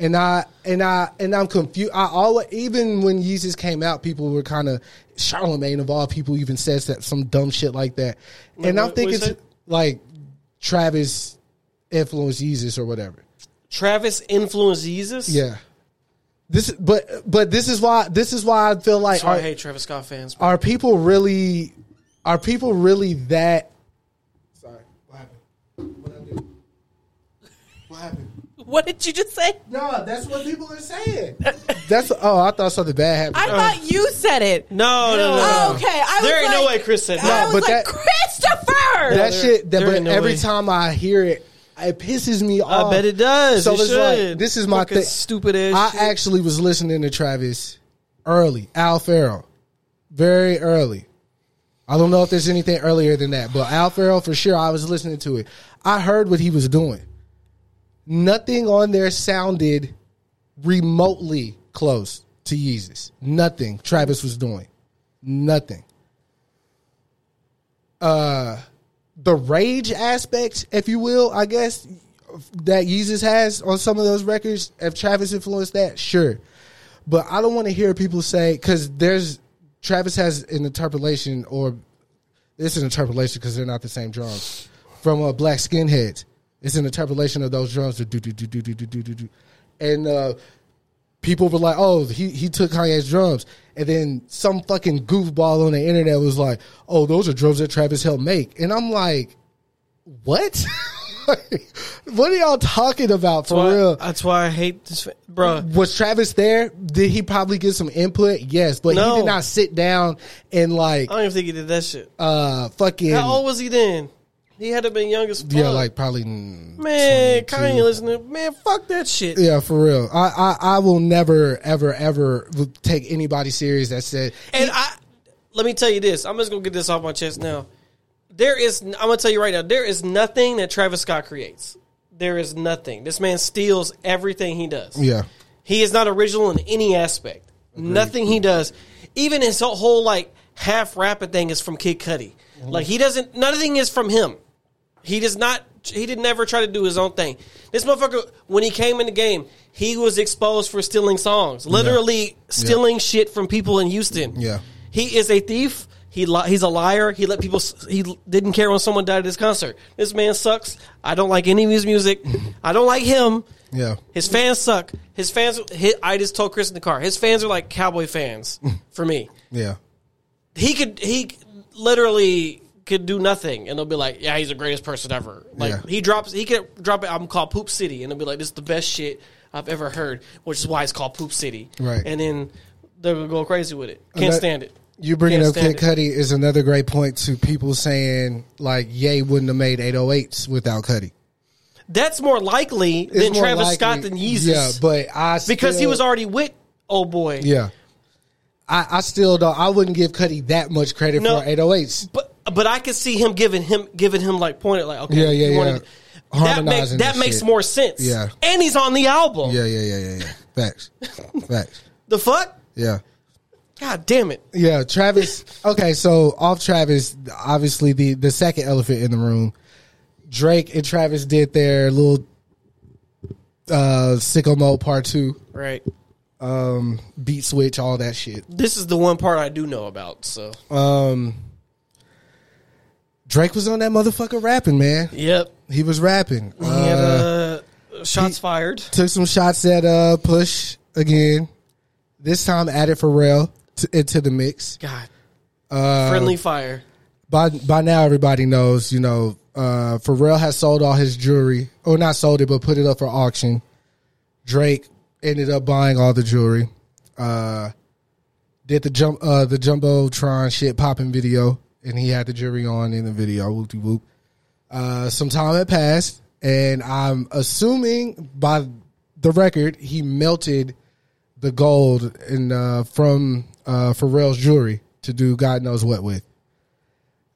C: and I and I and I'm confused. I always even when Yeezus came out, people were kind of Charlemagne of all people even says that some dumb shit like that, and
D: What-
C: I'm
D: what
C: thinking
D: you said?
C: like Travis influenced Yeezus or whatever.
D: Travis influenced Jesus.
C: Yeah, this but but this is why this is why I feel like
D: That's why I
C: our-
D: hate Travis Scott fans. bro.
C: are people really are people really that sorry what happened what I do what happened
E: What did you just say?
C: no that's what people are saying that's oh i thought something bad happened
E: I thought you said it. Oh,
D: No, no, no. no.
E: Okay, I
D: there
E: was
D: ain't no
E: like-
D: way Chris said
E: I
D: that.
C: No,
E: was
C: but that-
E: like, Christopher.
C: that
D: there-
C: shit that
D: there
C: but
D: ain't no
C: every
D: way.
C: time i hear it it pisses me off
D: bet it does.
C: so
D: It
C: it's like
D: should.
C: this is my
D: Fucking
C: thing
D: stupid ass
C: i
D: shit.
C: actually was listening to travis early al farrell very early i don't know if there's anything earlier than that but al farrell for sure i was listening to it i heard what he was doing nothing on there sounded remotely close to Yeezus. Nothing Travis was doing. Nothing. Uh the rage aspect, if you will, I guess that Yeezus has on some of those records, if Travis influenced that, sure. But I don't want to hear people say cuz there's Travis has an interpolation or it's an interpolation because they're not the same drums. From uh, Black Skinheads, it's an interpolation of those drums. Do do do do do do do do do, and uh, people were like, "Oh, he he took Kanye's drums," and then some fucking goofball on the internet was like, "Oh, those are drums that Travis helped make," and I'm like, "What? what are y'all talking about Oh, for
D: That's why-
C: real?"
D: That's why I hate this, fa- bruh.
C: was Travis there? Did he probably get some input? Yes, but
D: No.
C: he did not sit down and like
D: I don't even think he did that shit.
C: uh fucking
D: How old was he then? He had to been young as fuck.
C: yeah, like probably mm,
D: man, Kanye listening. Man, fuck that shit.
C: Yeah, for real. I, I, I will never, ever, ever take anybody serious that said
D: And I let me tell you this. I'm just gonna get this off my chest now. There is I'm gonna tell you right now, there is nothing that Travis Scott creates. There is nothing. This man steals everything he does.
C: Yeah.
D: He is not original in any aspect. Nothing he does. Even his whole like half rapping thing is from Kid Cudi. Like he doesn't nothing is from him. He does not. He did never try to do his own thing. This motherfucker, when he came in the game, he was exposed for stealing songs, literally stealing shit from people in Houston.
C: Yeah.
D: he is a thief. He li- he's a liar. He let people. s- He l- didn't care when someone died at his concert. This man sucks. I don't like any of his music. I don't like him.
C: Yeah.
D: His fans suck. His fans. His, I just told Chris in the car. His fans are like cowboy fans for me
C: Yeah.
D: he could he literally could do nothing and they'll be like yeah he's the greatest person ever like
C: Yeah.
D: he drops he could drop an album called poop city and they'll be like this is the best shit i've ever heard which is why it's called poop city
C: Right.
D: and then they're gonna go crazy with it
C: And
D: can't
C: that-
D: stand it
C: You bringing
D: Can't
C: up Kid
D: stand
C: Cudi is another great point to people saying like Ye wouldn't have made 808s without Cudi.
D: that's more likely
C: It's
D: than
C: more
D: travis
C: likely-
D: scott than yeezus
C: Yeah, but I
D: because he
C: still-
D: was already with old boy
C: Yeah. I, I still don't I wouldn't give Cudi that much credit
D: No.
C: for 808s.
D: but but i could see him giving him giving him like pointed like okay
C: Yeah, yeah,
D: you wanna-
C: yeah.
D: that, makes
C: Harmonizing
D: that
C: and
D: makes
C: shit.
D: more sense
C: Yeah.
D: and he's on the album
C: Yeah, yeah, yeah, yeah, yeah. Facts. Facts.
D: the fuck
C: Yeah.
D: god damn it
C: Yeah, Travis. Okay, so off Travis, obviously the the second elephant in the room. Drake and Travis did their little uh sicko mode part two,
D: right
C: beat switch, all that shit.
D: this is the one part I do know about. So
C: Drake was on that motherfucker rapping, man.
D: yep,
C: He was rapping.
D: he had
C: Uh,
D: uh, shots fired.
C: took some shots at uh push again. This time added Pharrell to, into the mix.
D: God,
C: Uh,
D: friendly fire.
C: by by now everybody knows, you know, uh Pharrell has sold all his jewelry. Or not sold it, but put it up for auction. Drake ended up buying all the jewelry. Uh did the jump uh the jumbotron shit popping video and he had the jewelry on in the video, whoop de whoop. Uh some time had passed and I'm assuming by the record he melted the gold in uh, from uh, Pharrell's jewelry to do God knows what with.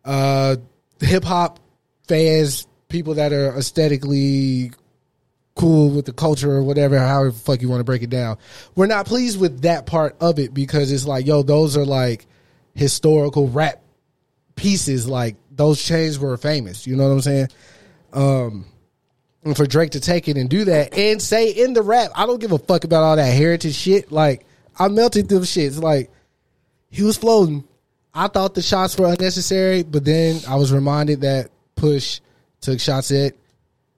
C: Uh, Hip hop fans, people that are aesthetically cool with the culture or whatever, however the fuck you want to break it down. We're not pleased with that part of it because it's like, yo, those are like historical rap pieces. Like those chains were famous. You know what I'm saying? Um, and for Drake to take it and do that and say in the rap, I don't give a fuck about all that heritage shit. Like I melted them shits. Like he was floating. I thought the shots were unnecessary, but then I was reminded that Push took shots at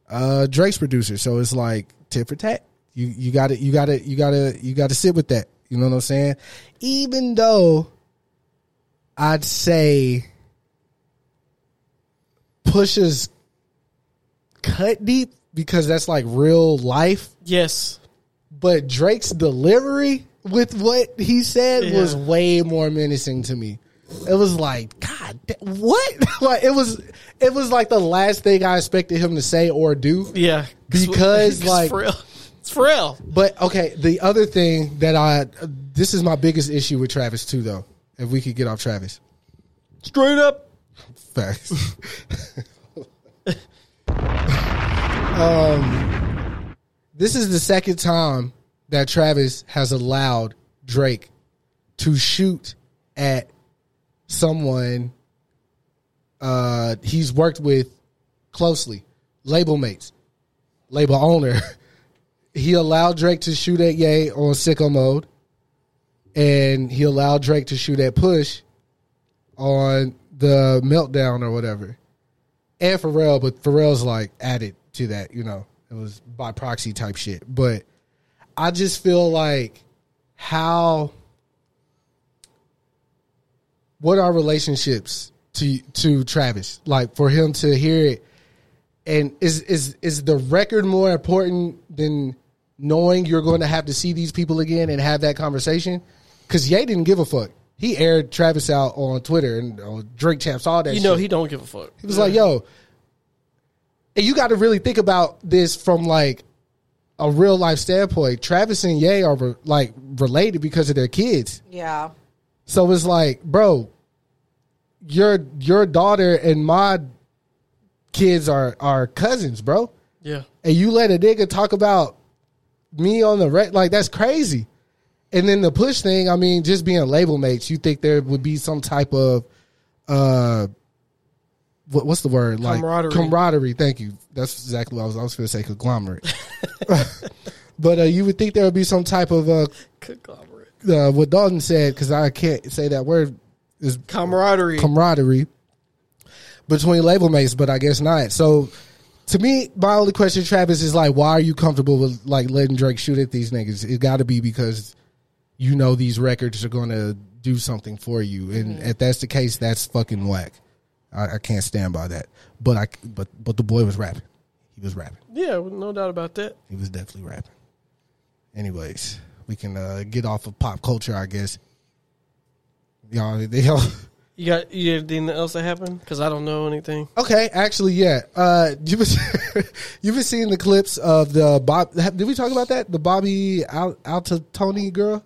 C: uh, Drake's producer. So it's like tit for tat. You you got to you got to you got to you got to sit with that. You know what I'm saying? Even though I'd say Push's cut deep because that's like real life.
D: Yes.
C: But Drake's delivery with what he said
D: Yeah.
C: was way more menacing to me. It was like, God, da- what? like it was, it was like the last thing I expected him to say or do.
D: Yeah.
C: Because, like-
D: for real. It's for real.
C: But okay, the other thing that I, this is my biggest issue with Travis too, though. If we could get off Travis,
D: Straight up.
C: facts. Um, this is the second time that Travis has allowed Drake to shoot at someone uh, he's worked with closely, label mates, label owner. he allowed Drake to shoot at Ye on Sicko Mode, and he allowed Drake to shoot at Push on the Meltdown or whatever and Pharrell, but Pharrell's like added to that, you know, it was by proxy type shit. But I just feel like how what are relationships to to Travis? Like for him to hear it and is is is the record more important than knowing you're going to have to see these people again and have that conversation? Cause Ye didn't give a fuck. He aired Travis out on Twitter and on Drake Chaps, all that
D: You
C: shit.
D: know he don't give a fuck.
C: He was like, yo, and you got to really think about this from like a real life standpoint. Travis and Ye are re- like related because of their kids.
E: Yeah.
C: So it's like, bro, your your daughter and my kids are are cousins, bro.
D: Yeah.
C: And you let a nigga talk about me on the rec like that's crazy. And then the push thing, I mean, just being label mates, you think there would be some type of uh what, what's the word? Like
D: Camaraderie.
C: Camaraderie. Thank you. That's exactly what I was I was gonna say conglomerate. but uh, you would think there would be some type of uh
D: Conglomerate.
C: uh, what Dalton said because I can't say that word is
D: Camaraderie.
C: camaraderie between label mates, but I guess not. So to me, my only question, Travis, is like, why are you comfortable with like letting Drake shoot at these niggas? It got to be because you know these records are going to do something for you, and if that's the case, that's fucking whack. I, I can't stand by that. But I, but but the boy was rapping. He was rapping.
D: yeah, no doubt about that.
C: He was definitely rapping. Anyways, we can uh, get off of pop culture, I guess. Y'all, y'all.
D: You got you got anything else that happened? Because I don't know anything.
C: Okay, actually, yeah. Uh, you've been you've been seeing the clips of the Bob. Did we talk about that? The Bobby Al, Altatoni girl,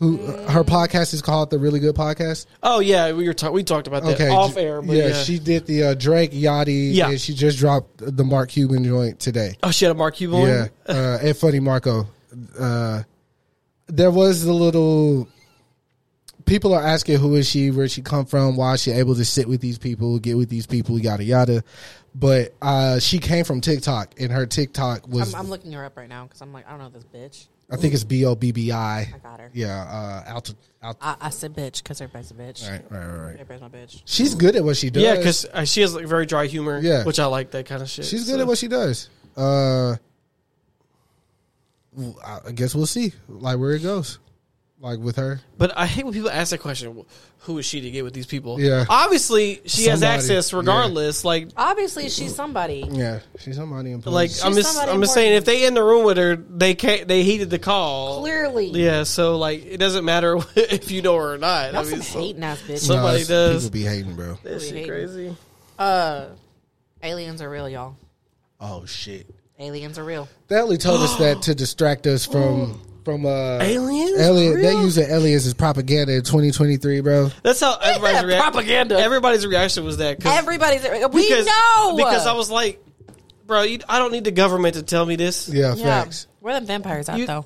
C: who
D: Mm.
C: her podcast is called the Really Good Podcast.
D: Oh yeah, we were talking. We talked about that
C: Okay,
D: off
C: j-
D: air. But
C: yeah,
D: yeah,
C: she did the uh, Drake Yachty.
D: Yeah.
C: and she just dropped the Mark Cuban joint today.
D: Oh, she had a Mark Cuban. one?
C: Yeah, uh, and Funny Marco. Uh, there was a little. People are asking who is she, where she come from, why is she able to sit with these people, get with these people, yada yada. But uh, she came from TikTok, and her TikTok was
E: I'm, I'm looking her up right now because I'm like, I don't know this bitch.
C: I think it's B O B B I. I
E: got her.
C: Yeah, uh, out, out.
E: I, I said bitch because everybody's a bitch.
C: Right, right, right, right.
E: Everybody's my bitch.
C: She's good at what she does.
D: Yeah, because uh, she has like very dry humor.
C: Yeah.
D: which I like that kind of shit.
C: She's
D: so.
C: good at what she does. Uh, w- I guess we'll see, like where it goes, like with her.
D: But I hate when people ask that question. Who is she to get with these people?
C: Yeah.
D: obviously she has
C: Somebody.
D: access regardless. Like,
E: Obviously, she's somebody.
C: Yeah, she's somebody important.
D: like I'm just
E: somebody
D: I'm just saying if they in the room with her, they can't. They heeded the call.
E: Clearly.
D: yeah. So like it doesn't matter if you know her or not.
E: Y'all
D: I
E: some
D: mean, so-
E: hating ass bitch.
D: so- somebody
C: it's-
D: does.
C: People be hating, bro.
D: That shit
E: hating.
D: crazy.
E: uh, aliens are real, y'all.
C: Oh shit!
E: Aliens are real.
C: They only told us that to distract us from from uh,
D: Aliens?
C: Elliot,
D: For
C: they
D: real?
C: using aliens as propaganda in 2023, bro.
D: That's how everybody's
E: Yeah,
D: react-
E: propaganda.
D: Everybody's reaction was that. 'cause-
E: Everybody's we
D: because,
E: know
D: because I was like, bro, you, I don't need the government to tell me this.
C: Yeah,
E: yeah.
C: facts.
E: Where them vampires at
D: You-
E: though?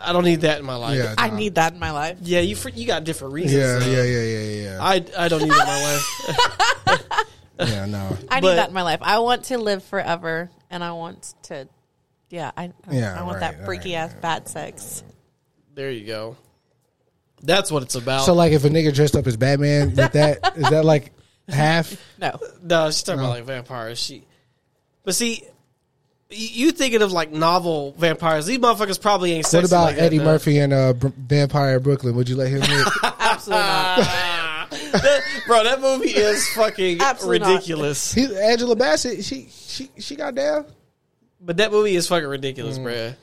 D: I don't need that in my life.
C: Yeah,
E: I
C: nah.
E: need that in my life.
D: Yeah, you fr- you got different reasons.
C: Yeah,
D: so
C: yeah, yeah, yeah, yeah.
D: I I don't need that in my life.
C: yeah, no.
E: I
D: But-
E: need that in my life. I want to live forever, and I want to. Yeah, I
C: Yeah,
E: I want
C: right,
E: that freaky ass bat sex.
D: There you go. That's what it's about.
C: So like, if a nigga dressed up as Batman, with that is that like half?
E: No,
D: no, she's talking about like vampires. She, but see, y- you thinking of like novel vampires? These motherfuckers probably ain't.
C: What
D: sexy
C: about
D: like that,
C: Eddie
D: though.
C: Murphy and uh, Br- Vampire Brooklyn? Would you let him? in?
E: absolutely not.
D: Ah, That- bro, that movie is fucking
E: Absolutely not.
D: ridiculous.
C: He, Angela Bassett, she she she got down.
D: But that movie is fucking ridiculous, bruh.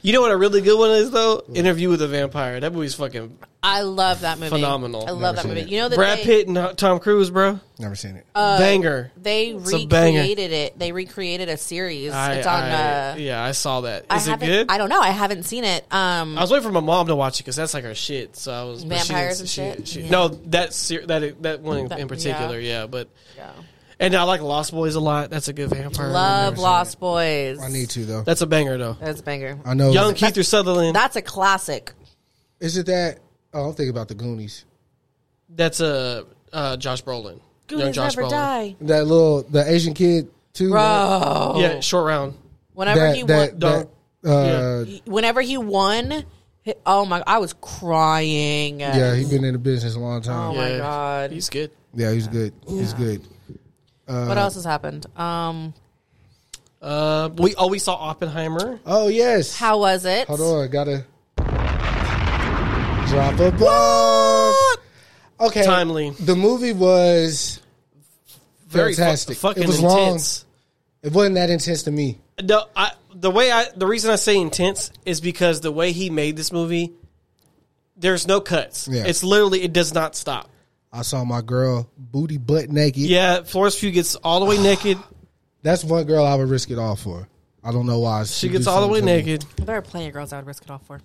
D: You know what a really good one is though? Interview with a Vampire. That movie's fucking
E: I love that movie.
D: Phenomenal.
E: I
C: Never
E: love that
C: seen
E: movie.
C: it.
E: You know that
D: Brad
E: they, Uh,
D: Pitt and uh, Tom Cruise, bro.
C: Never seen it.
D: Uh, Banger.
E: They
D: a banger.
E: recreated it. They recreated a series.
D: I,
E: it's on.
D: I-
E: uh,
D: yeah, I saw that.
E: I
D: Is it
E: haven't-
D: good?
E: I
D: I,
E: don't know. I haven't seen it. Um,
D: was waiting for my mom to watch it because that's like her shit. So I was but she
E: Vampires
D: didn't-
E: and shit?
D: she- she-
E: Yeah.
D: No, that ser- that that one
E: That-
D: in particular. Yeah, but
E: yeah.
D: and I like Lost Boys a lot. That's a good vampire.
E: love Lost Boys.
C: I need to though.
D: That's a banger though.
E: That's a banger.
C: I know.
D: Young Keith Sutherland.
E: That's a classic.
C: Is it that? Oh, I'm thinking about the Goonies.
D: that's a uh, Josh Brolin. Young
E: Goonies
D: Josh
E: never die,
C: That little the Asian kid too.
E: bro.
D: Yeah, short round.
E: Oh. Whenever
C: That
E: he
C: that,
E: won,
C: that, uh, yeah.
E: whenever he won, he- oh my! I was
C: he
E: crying.
C: been in the business a long time.
E: Oh my god!
D: He's good.
C: Yeah, he's good. He's good.
E: what else has happened? Um,
D: Uh, we oh we saw Oppenheimer.
C: Oh yes.
E: how was it?
C: Hold on, gotta drop a bomb. Okay,
D: Timely.
C: The movie was
D: Very fu-
C: fantastic.
D: fucking
C: it was
D: intense.
C: long. It wasn't that intense to me.
D: No, I the way I the reason I say intense is because the way he made this movie, there's no cuts.
C: Yeah.
D: It's literally it does not stop.
C: I saw my girl booty butt naked.
D: Yeah, Florence Pugh gets all the way naked.
C: That's one girl I would risk it all for. I don't know why
D: She
C: do
D: gets all the way
C: something to me.
D: naked.
E: There are plenty of girls I would risk it all for.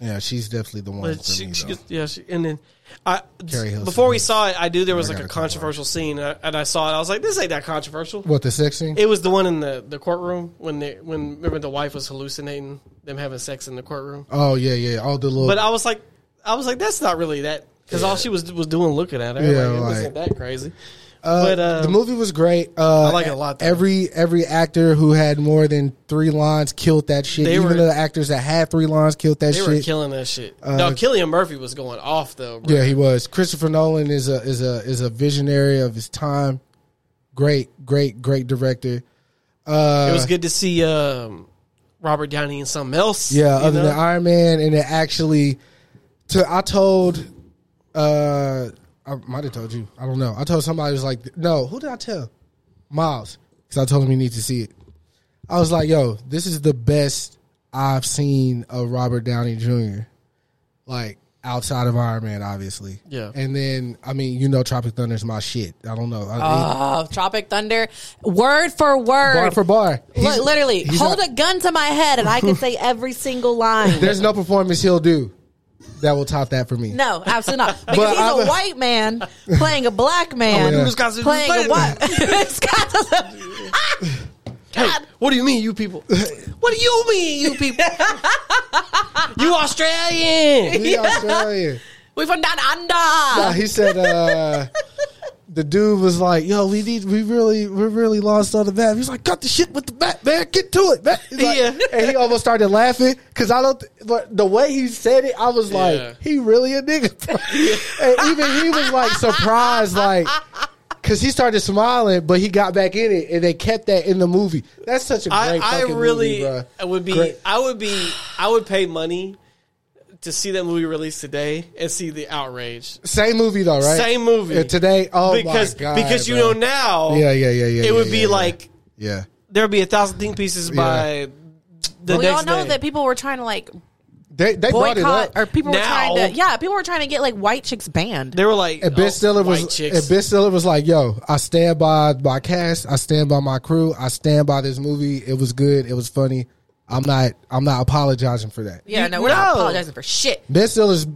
C: Yeah, she's definitely the one.
D: But
C: For
D: she,
C: me,
D: she
C: though.
D: gets, yeah, she, and then I
C: Carrie Hilson.
D: before we saw it, I knew there was
C: I
D: like a
C: gotta come
D: controversial scene, uh, and I saw it. I was like, this ain't that controversial.
C: what the sex scene?
D: It was the one in the, the courtroom when they when remember the wife was hallucinating them having sex in the courtroom.
C: oh yeah, yeah. All the little.
D: But I was like, I was like, that's not really that because all she was was doing looking at her.
C: Yeah,
D: like, it wasn't that crazy. but uh,
C: the movie was great. Uh, I
D: like it a lot, though.
C: Every every actor who had more than three lines killed that shit.
D: They
C: Even
D: were-
C: the actors that had three lines killed that
D: they
C: shit. uh,
D: were killing that shit. no, Killian Murphy was going off though. Bro.
C: yeah, he was. Christopher Nolan is a is a is a visionary of his time. Great, great, great director. Uh,
D: it was good to see um, Robert Downey in something else.
C: Yeah,
D: you
C: other
D: know?
C: than Iron Man, and it actually, to I told, uh, I might have told you, I don't know. I told somebody it was like, no, who did I tell? Miles, because I told him you need to see it. I was like, yo, this is the best I've seen of Robert Downey Jr. Like outside of Iron Man, obviously.
D: Yeah.
C: and then I mean, you know, Tropic Thunder is my shit. I don't know. I,
E: Oh, Tropic Thunder, word for word,
C: bar for bar,
E: Li-
C: He's-
E: literally,
C: he's
E: hold
C: not-
E: a gun to my head, and I can say every single line.
C: There's no performance he'll do that will top that for me.
E: No, absolutely not. Because
C: But
E: he's
C: I'm
E: a
C: a- Oh,
E: white man playing a black man,
C: yeah.
E: playing a what? Scott's-
D: Hey, what do you mean, you people? what do you mean, you people? you Australian?
C: He Australian.
E: we from down under.
C: Uh, he said uh, the dude was like, "Yo, we need, we really, we really lost all the bat." He's like, "Cut the shit with the bat, man. Get to it, man." He's like-
D: Yeah.
C: and he almost started laughing because I don't. th- But the way he said it, I was
D: Yeah.
C: like, "He really a nigga," and even he was like surprised, like. Cause he started smiling, but he got back in it, and they kept that in the movie. That's such a great
D: I, I
C: fucking
D: really
C: movie, bruh.
D: would be.
C: Great.
D: I would be. I would pay money to see that movie released today and see the outrage.
C: same movie though, right?
D: Same movie
C: Yeah, today. Oh
D: because
C: my god!
D: because you
C: bruh.
D: know now.
C: Yeah, yeah, yeah, yeah.
D: It would
C: yeah,
D: be
C: yeah, yeah.
D: like
C: yeah.
D: there'd be a thousand think pieces by the
E: we
D: next
E: all know
D: day.
E: that people were trying to like
C: They they brought it
E: boycott,
C: up.
E: or people were
D: Now-
E: trying to yeah, people were trying to get like white chicks banned.
D: they were like oh,
C: and Ben Stiller
D: white
C: was
D: chicks.
C: and Ben Stiller was like, "Yo, I stand by my cast. I stand by my crew. I stand by this movie. It was good. It was funny. I'm not. I'm not apologizing for that.
E: Yeah, no, we're not
D: No.
E: apologizing for shit.
C: Ben Stiller's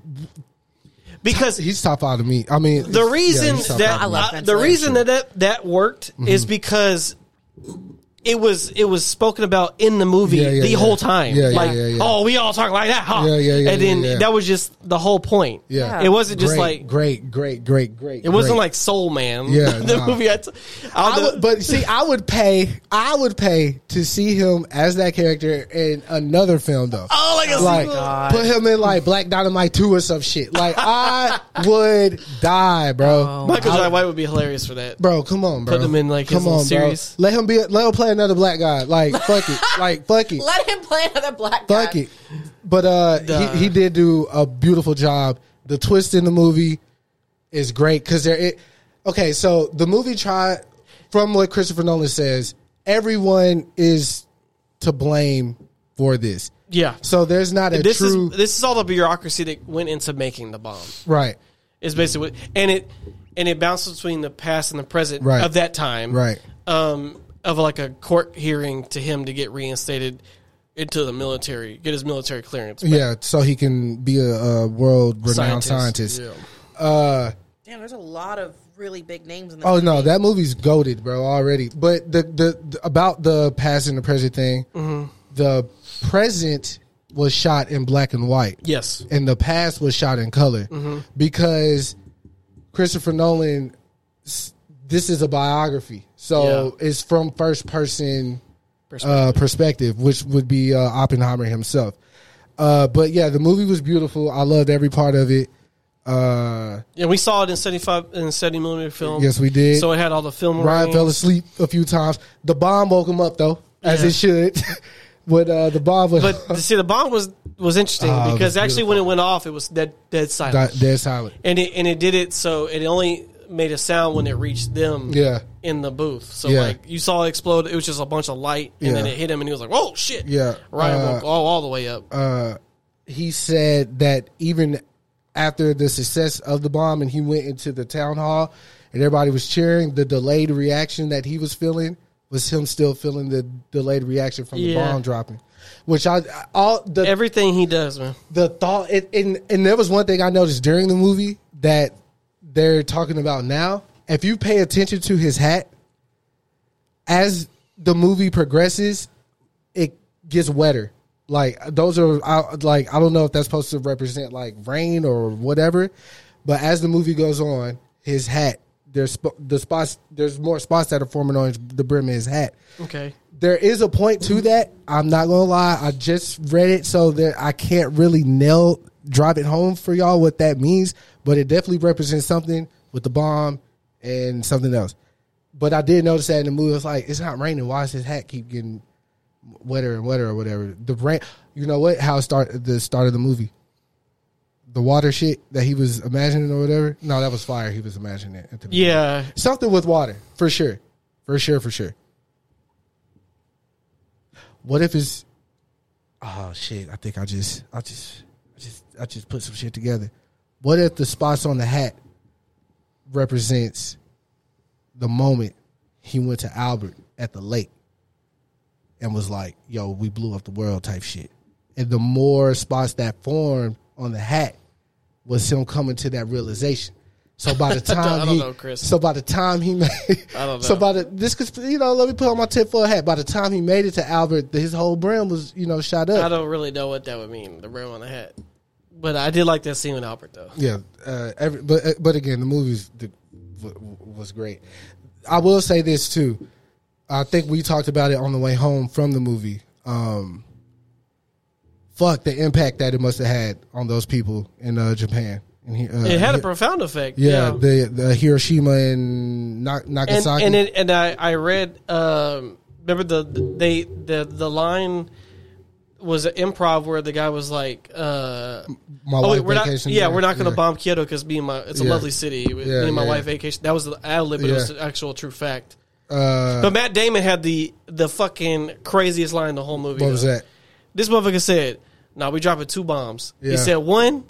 D: because
C: he's top five to me. I mean,
D: the reason
C: yeah, he's top
D: that
C: five.
E: I love
D: uh, the
E: Venezuela.
D: reason that that, that worked
C: Mm-hmm.
D: is because it was it was spoken about in the movie
C: Yeah, yeah,
D: the
C: yeah.
D: whole time.
C: Yeah, yeah,
D: like,
C: yeah, yeah.
D: oh, we all talk like that, huh?
C: Yeah, yeah, yeah,
D: And then
C: yeah, yeah.
D: that was just the whole point.
C: Yeah.
D: it wasn't just
C: great,
D: like
C: great, great, great, great.
D: it wasn't
C: great.
D: like Soul Man.
C: Yeah,
D: the
C: nah.
D: movie. I t-
C: I
D: I
C: would, but see, I would pay. I would pay to see him as that character in another film, though.
D: Oh, like a
C: like
D: sequel.
C: put him in like Black Dynamite Two or some shit. Like I would die, bro.
D: Michael J. White would be hilarious for that.
C: Bro, come on, bro.
D: Oh. Put him in, like, his
C: come
D: little
C: on,
D: series.
C: bro. Let him be. Let him play another black guy. Like fuck it. Like fuck it.
E: Let him play another black guy.
C: Fuck it. But uh,
D: Duh.
C: he, he did do a beautiful job. The twist in the movie is great because there. It, okay, so the movie tried from what Christopher Nolan says, everyone is to blame for this.
D: Yeah.
C: So there's not a
D: This
C: true
D: is this is all the bureaucracy that went into making the bomb.
C: right.
D: Is basically what, and it and it bounces between the past and the present
C: Right.
D: of that time.
C: Right.
D: um, of like a court hearing to him to get reinstated into the military, get his military clearance. back.
C: Yeah. So he can be a, a world renowned
D: Scientist.
C: scientist.
D: Yeah.
E: Damn, there's a lot of really big names in this.
C: Oh no, that movie's goaded, bro, already. But the, the the- about the past and the present thing,
D: Mm-hmm.
C: the present was shot in black and white.
D: Yes.
C: and the past was shot in color
D: Mm-hmm.
C: because Christopher Nolan. s- This is a biography, so it's from first person perspective, uh, perspective which would be uh, Oppenheimer himself. Uh, but yeah, the movie was beautiful. I loved every part of it. Uh,
D: And we saw it in 75 in 70 millimeter film.
C: Yes, we did.
D: So it had all the film.
C: Ryan
D: rings.
C: fell asleep a few times. The bomb woke him up though, as it should. but uh, the bomb was
D: But see, the bomb was was interesting
C: Ah, it was
D: because actually, when it went off, it was dead dead silent,
C: di- dead silent.
D: and it and it did it so it only made a sound when it reached them.
C: Yeah.
D: In the booth, so
C: Yeah.
D: like you saw it explode, it was just a bunch of light, and then
C: Yeah.
D: it hit him, and he was like, "Whoa, shit!"
C: Yeah.
D: Ryan
C: Uh,
D: woke all, all the way up.
C: He said that even after the success of the bomb, and he went into the town hall, and everybody was cheering. The delayed reaction that he was feeling was him still feeling the delayed reaction from the
D: Yeah.
C: bomb dropping. Which I I- all the
D: Everything he does, man.
C: the thought it, and and there was one thing I noticed during the movie that they're talking about now. If you pay attention to his hat, as the movie progresses, it gets wetter. Like those are I, like I don't know if that's supposed to represent like rain or whatever, but as the movie goes on, his hat there's sp- the spots there's more spots that are forming on his, the brim of his hat
D: Okay.
C: there is a point to that. I'm not gonna lie. I just read it, so that I can't really nail drive it home for y'all what that means. But it definitely represents something with the bomb and something else. But I did notice that in the movie. It's like it's not raining. Why does his hat keep getting wetter and wetter or whatever? The rain. You know what? How it start the start of the movie. The water shit that he was imagining or whatever. No, that was fire. He was imagining it. At the
D: Yeah,
C: Something with water, for sure. For sure, for sure. What if it's Oh shit, I think I just I just I just I just put some shit together. What if the spots on the hat represents the moment he went to Albert at the lake and was like, yo, we blew up the world type shit. And the more spots that formed on the hat was him coming to that realization. So by the time
D: don't
C: he,
D: know, Chris.
C: so by the time he made, I
D: don't
C: so
D: know.
C: by the this because you know let me put on my tip for a hat. By the time he made it to Albert, his whole brim was you know shot up.
D: I don't really know what that would mean, the rim on the hat. But I did like that scene with Albert, though.
C: yeah, uh, every, but uh, but again, the movies did, w- w- was great. I will say this too. I think we talked about it on the way home from the movie. Um, fuck the impact that it must have had on those people in uh, Japan. And he, uh,
D: It had a
C: he-
D: profound effect.
C: yeah, the the Hiroshima and Na-
D: and
C: Nagasaki.
D: and, it, and I I read um, remember the they the the line was an improv where the guy was like, uh,
C: my
D: "Oh,
C: wife
D: wait, we're not,
C: vacationed
D: yeah,
C: there.
D: we're not going to bomb Kyoto because me and my it's a
C: Yeah.
D: lovely city. Me
C: Yeah,
D: and my
C: yeah,
D: wife vacation. That was the ad lib, but it was
C: Yeah.
D: an actual true fact.
C: Uh,
D: But Matt Damon had the the fucking craziest line in the whole movie.
C: what was
D: though.
C: that?
D: This motherfucker said, "Nah, we dropping two bombs." He
C: Yeah.
D: said one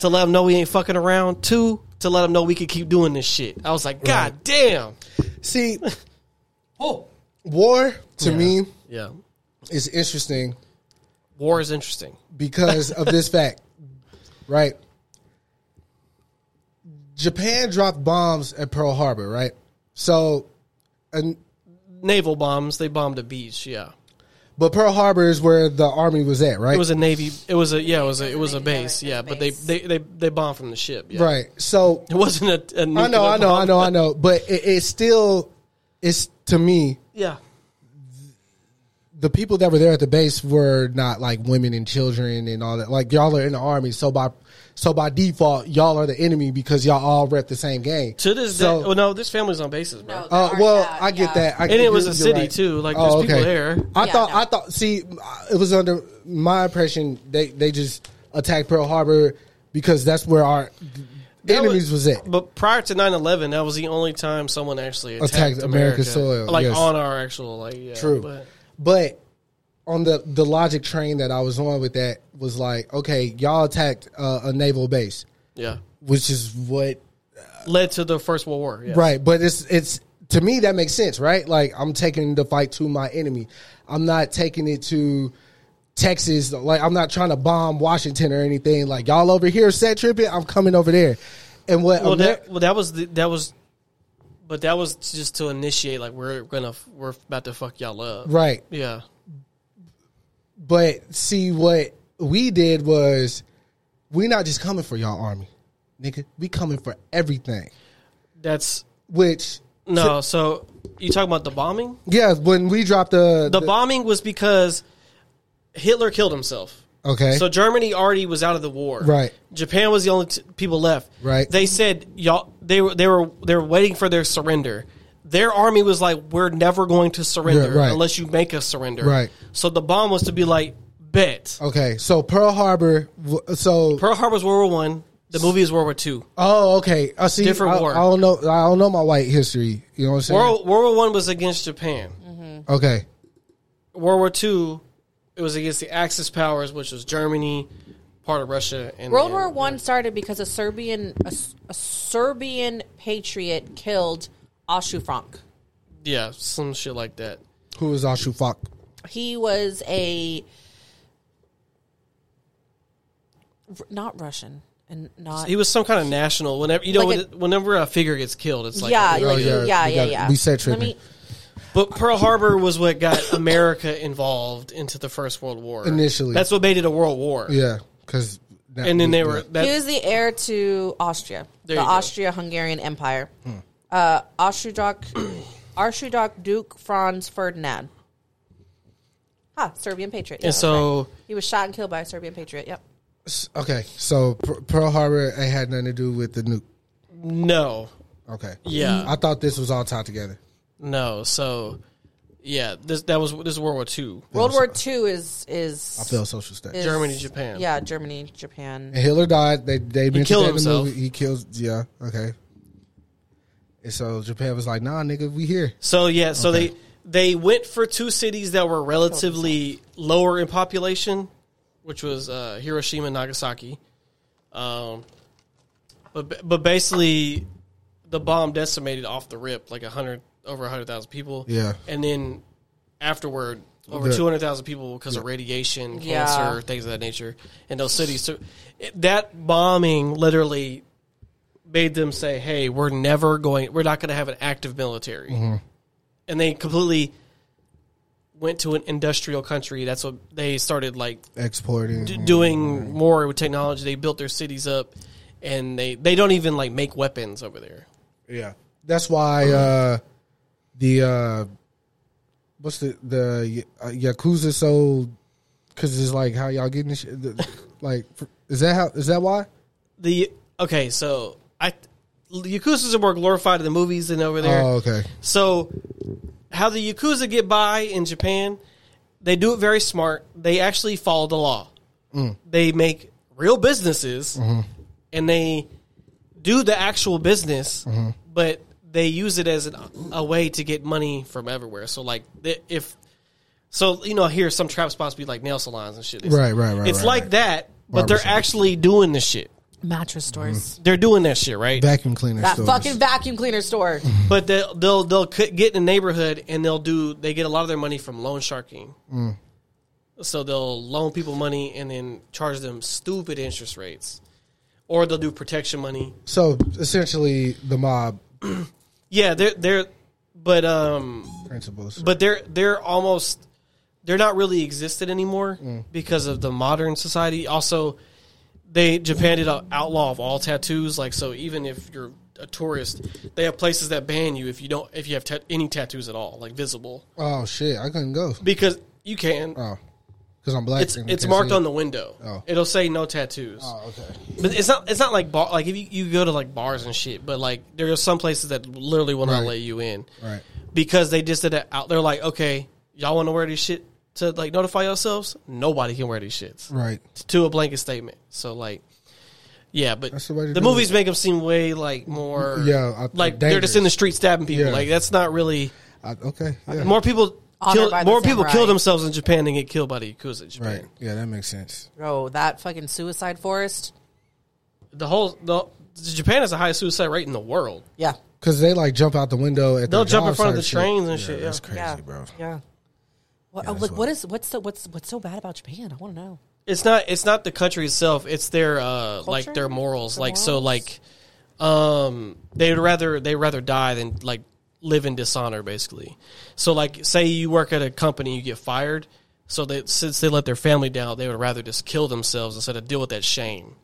D: to let them know we ain't fucking around. Two to let them know we could keep doing this shit. I was like, God damn.
C: See,
D: Oh
C: war to me
D: yeah,
C: is interesting
D: War is interesting.
C: because of this fact, right? Japan dropped bombs at Pearl Harbor, right? So, and
D: Naval bombs. They bombed a beach. Yeah,
C: but Pearl Harbor is where the army was at, right?
D: it was a navy. It was a yeah. It was a it was a base. Yeah, but they they they they bombed from the ship. Yeah.
C: right. So
D: It wasn't a. a
C: I know, I
D: nuclear
C: know, I
D: bomb.
C: know, I know, but it, it's still, it's to me,
D: Yeah.
C: the people that were there at the base were not like women and children and all that. Like y'all are in the army, so by so by default, y'all are the enemy because y'all all rep the same gang.
D: To this
C: So-
D: day, oh no, this family's on bases, bro.
E: No,
C: Uh,
E: Oh, there are
C: well,
E: not,
C: I get
E: yeah.
C: that. I
D: And it was a
C: you're Oh,
D: city, too. Like, there's people there.
C: I
E: Yeah,
C: thought.
E: no.
C: I thought. See, it was under my impression they they just attacked Pearl Harbor because that's where our
D: That
C: enemies was, at.
D: But prior to 9-11, that was the only time someone actually attacked,
C: Attacked
D: America,
C: America's soil,
D: like
C: yes.
D: on our actual like yeah,
C: True.
D: But
C: But on the the logic train that I was on with that was like, okay, y'all attacked uh, a naval base,
D: yeah,
C: which is what
D: led to the First World War. Yeah.
C: Right, but it's it's to me that makes sense, right? Like I'm taking the fight to my enemy. I'm not taking it to Texas. Like I'm not trying to bomb Washington or anything. Like y'all over here set tripping, I'm coming over there. And what
D: Well,
C: Amer-
D: that well that was the, that was, but that was just to initiate like we're gonna we're about to fuck y'all up.
C: right.
D: Yeah.
C: But see what we did was we not just coming for y'all army, nigga. We coming for everything.
D: That's
C: Which
D: no. So, you talking about the bombing?
C: yeah, when we dropped the,
D: The bombing was because Hitler killed himself.
C: okay.
D: So Germany already was out of the war.
C: Right.
D: Japan was the only t- people left.
C: Right.
D: They said y'all they were they were they were waiting for their surrender. Their army was like we're never going to surrender
C: Yeah, right.
D: unless you make us surrender.
C: Right. Oh.
D: So the bomb was to be like bet.
C: okay, so Pearl Harbor w- so
D: Pearl Harbor's World War 1, the movie is World War 2.
C: Oh, okay. I see.
D: Different
C: I,
D: war.
C: I don't know. I don't know my white history. You know what I'm saying?
D: World, World War 1 was against Japan.
C: okay.
D: World War 2 it was against the Axis powers which was Germany, part of Russia and
E: World
D: then-
E: War One started because a Serbian a, S- a Serbian patriot killed Ashu Frank.
D: Yeah, some shit like that.
C: Who is Ashu Fak?
E: He was a r- not Russian and not
D: He was some kind of national. Whenever you know,
E: Like a-
D: when- whenever a figure gets killed, it's like
E: yeah,
C: Oh,
E: like,
C: yeah,
E: yeah, yeah,
C: we
E: yeah,
C: got- we said
E: Let
C: tripping.
E: me-
D: But Pearl Harbor was what got America involved into the First World War
C: Initially.
D: That's what made it a world war.
C: Yeah, because
D: And then they were that,
E: he was the heir to Austria,
D: There
E: the
D: you go.
E: Austria-Hungarian Empire. Uh, Archduke, Archduke Duke Franz Ferdinand. Ah, Serbian patriot. Yeah,
D: and
E: that's
D: so
E: right. he was shot and killed by a Serbian patriot. Yep.
C: okay. So P- Pearl Harbor it had nothing to do with the nuke.
D: no,
C: Okay.
D: Yeah.
C: I thought this was all tied together.
D: no, so yeah, this that was this is World War Two.
E: World War Two is is,
C: I feel social studies.
E: is-
D: Germany, Japan.
E: Yeah, Germany, Japan.
C: And Hitler died. They they mentioned
D: killed
C: that in the
D: himself.
C: movie. He killed. Yeah. Okay. And so Japan was like, "Nah, nigga, we here."
D: So yeah, so they they went for two cities that were relatively lower in population, which was uh, Hiroshima and Nagasaki. Um, but ba- but basically, the bomb decimated off the rip like a hundred over hundred thousand people.
C: Yeah.
D: and then afterward. Over
C: The-
D: two hundred thousand people because of radiation, cancer,
E: Yeah.
D: things of that nature, in those cities. So it, that bombing literally made them say, "Hey, we're never going. We're not going to have an active military,"
C: Mm-hmm.
D: and they completely went to an industrial country. That's what they started like
C: Exporting.
D: d- doing more with technology. They built their cities up, and they they don't even like make weapons over there.
C: Yeah. That's why uh, the uh, what's the the uh, yakuza so because it's like how y'all getting this shit, the, like for, is that how is that why?
D: The okay, so I yakuza's are more glorified in the movies than over there.
C: Oh, okay.
D: So, how the yakuza get by in Japan? They do it very smart. They actually follow the law.
C: Mm.
D: They make real businesses,
C: Mm-hmm.
D: and they do the actual business,
C: Mm-hmm.
D: but they use it as an, a way to get money from everywhere. So, like the- if so, you know, here some trap spots be like nail salons and shit. It's-
C: Right, right, right,
D: It's
C: right,
D: like
C: right.
D: that, but
C: Barber
D: they're
C: shops.
D: actually doing the shit.
E: Mattress stores.
D: They're doing that shit, right?
C: Vacuum cleaner.
E: That
C: stores.
E: fucking vacuum cleaner store.
D: But they'll they'll they'll c- get in the neighborhood and they'll do they get a lot of their money from loan sharking. So they'll loan people money and then charge them stupid interest rates, or they'll do protection money.
C: So essentially, the mob
D: Yeah, they're they're, but um,
C: principles.
D: but they're they're almost they're not really existed anymore because of the modern society. Also, they Japan did an outlaw of all tattoos. Like so, even if you're a tourist, they have places that ban you if you don't if you have ta- any tattoos at all, like visible,
C: oh shit, I couldn't go.
D: because you can.
C: Oh, because I'm black.
D: It's
C: and I
D: it's
C: can't
D: marked
C: see it.
D: on the window.
C: Oh.
D: It'll say no tattoos.
C: Oh, okay.
D: But it's not it's not like bar like if you, you go to like bars and shit, but like there are some places that literally will not
C: Right.
D: let you in.
C: Right.
D: Because they just did it out they're like, okay, y'all wanna wear this shit to like notify yourselves? Nobody can wear these shits.
C: Right.
D: To a blanket statement. So like yeah, but
C: That's the way to
D: the,
C: do
D: movies
C: it.
D: make them seem way like more
C: Yeah, I-
D: like they're just in the
C: dangerous.
D: street stabbing people.
C: Yeah.
D: Like that's not really
C: I, okay. Yeah.
D: more people
E: Honored
D: kill,
E: by the
D: more people
E: samurai.
D: kill themselves in Japan than get killed by the Yakuza in Japan.
C: Right. Yeah, that makes sense.
E: Bro, that fucking suicide forest.
D: The whole the Japan has the highest suicide rate in the world.
E: Yeah.
C: Because they like jump out the window at
D: They'll
C: the
D: jump in
C: job
D: front
C: site
D: of the
C: shit.
D: trains and shit, yeah.
C: That's crazy,
E: yeah.
C: bro.
E: Yeah. What, uh,
C: that's
E: like,
C: wild.
E: what is what's so what's what's so bad about Japan? I want to know.
D: It's not. It's not the country itself. It's their uh, like
E: Culture?
D: their morals.
E: Their
D: like so,
E: morals?
D: like um, they'd rather they rather die than like live in dishonor, basically. So like, say you work at a company, you get fired. So that since they let their family down, they would rather just kill themselves instead of deal with that shame.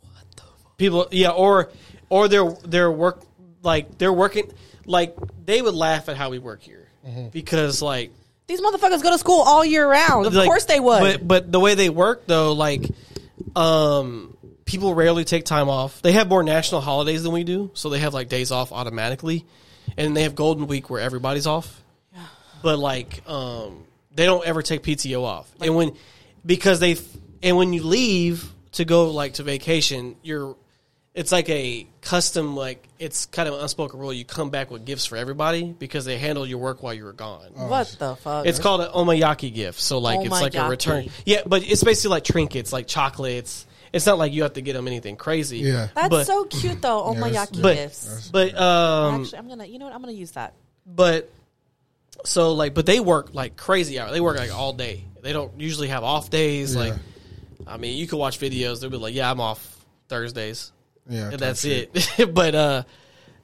D: What the people? Yeah, or or their their work like they're working like they would laugh at how we work here because like
E: These motherfuckers go to school all year round. Of
D: like,
E: course they would.
D: But but the way they work though, like um people rarely take time off. They have more national holidays than we do, so they have like days off automatically. And they have golden week where everybody's off. But like um they don't ever take PTO off. and when because they f- and when you leave to go like to vacation, you're it's like a custom like it's kind of an unspoken rule. You come back with gifts for everybody because they handle your work while you were gone.
E: what the fuck?
D: It's called an omayaki gift. So like it's like a
E: Omayaki.
D: return. Yeah, but it's basically like trinkets, like chocolates. It's not like you have to get them anything crazy.
C: Yeah.
E: That's
D: but-
E: so cute though. Oh my
C: that's-
E: yaki
D: But
E: gifts.
D: but um
E: Actually, I'm gonna. You know what? I'm gonna use that.
D: but so like but they work like crazy hours. They work like all day. They don't usually have off days. Like I mean, you can watch videos. They'll be like, yeah, I'm off Thursdays.
C: Yeah,
D: and that's it. but uh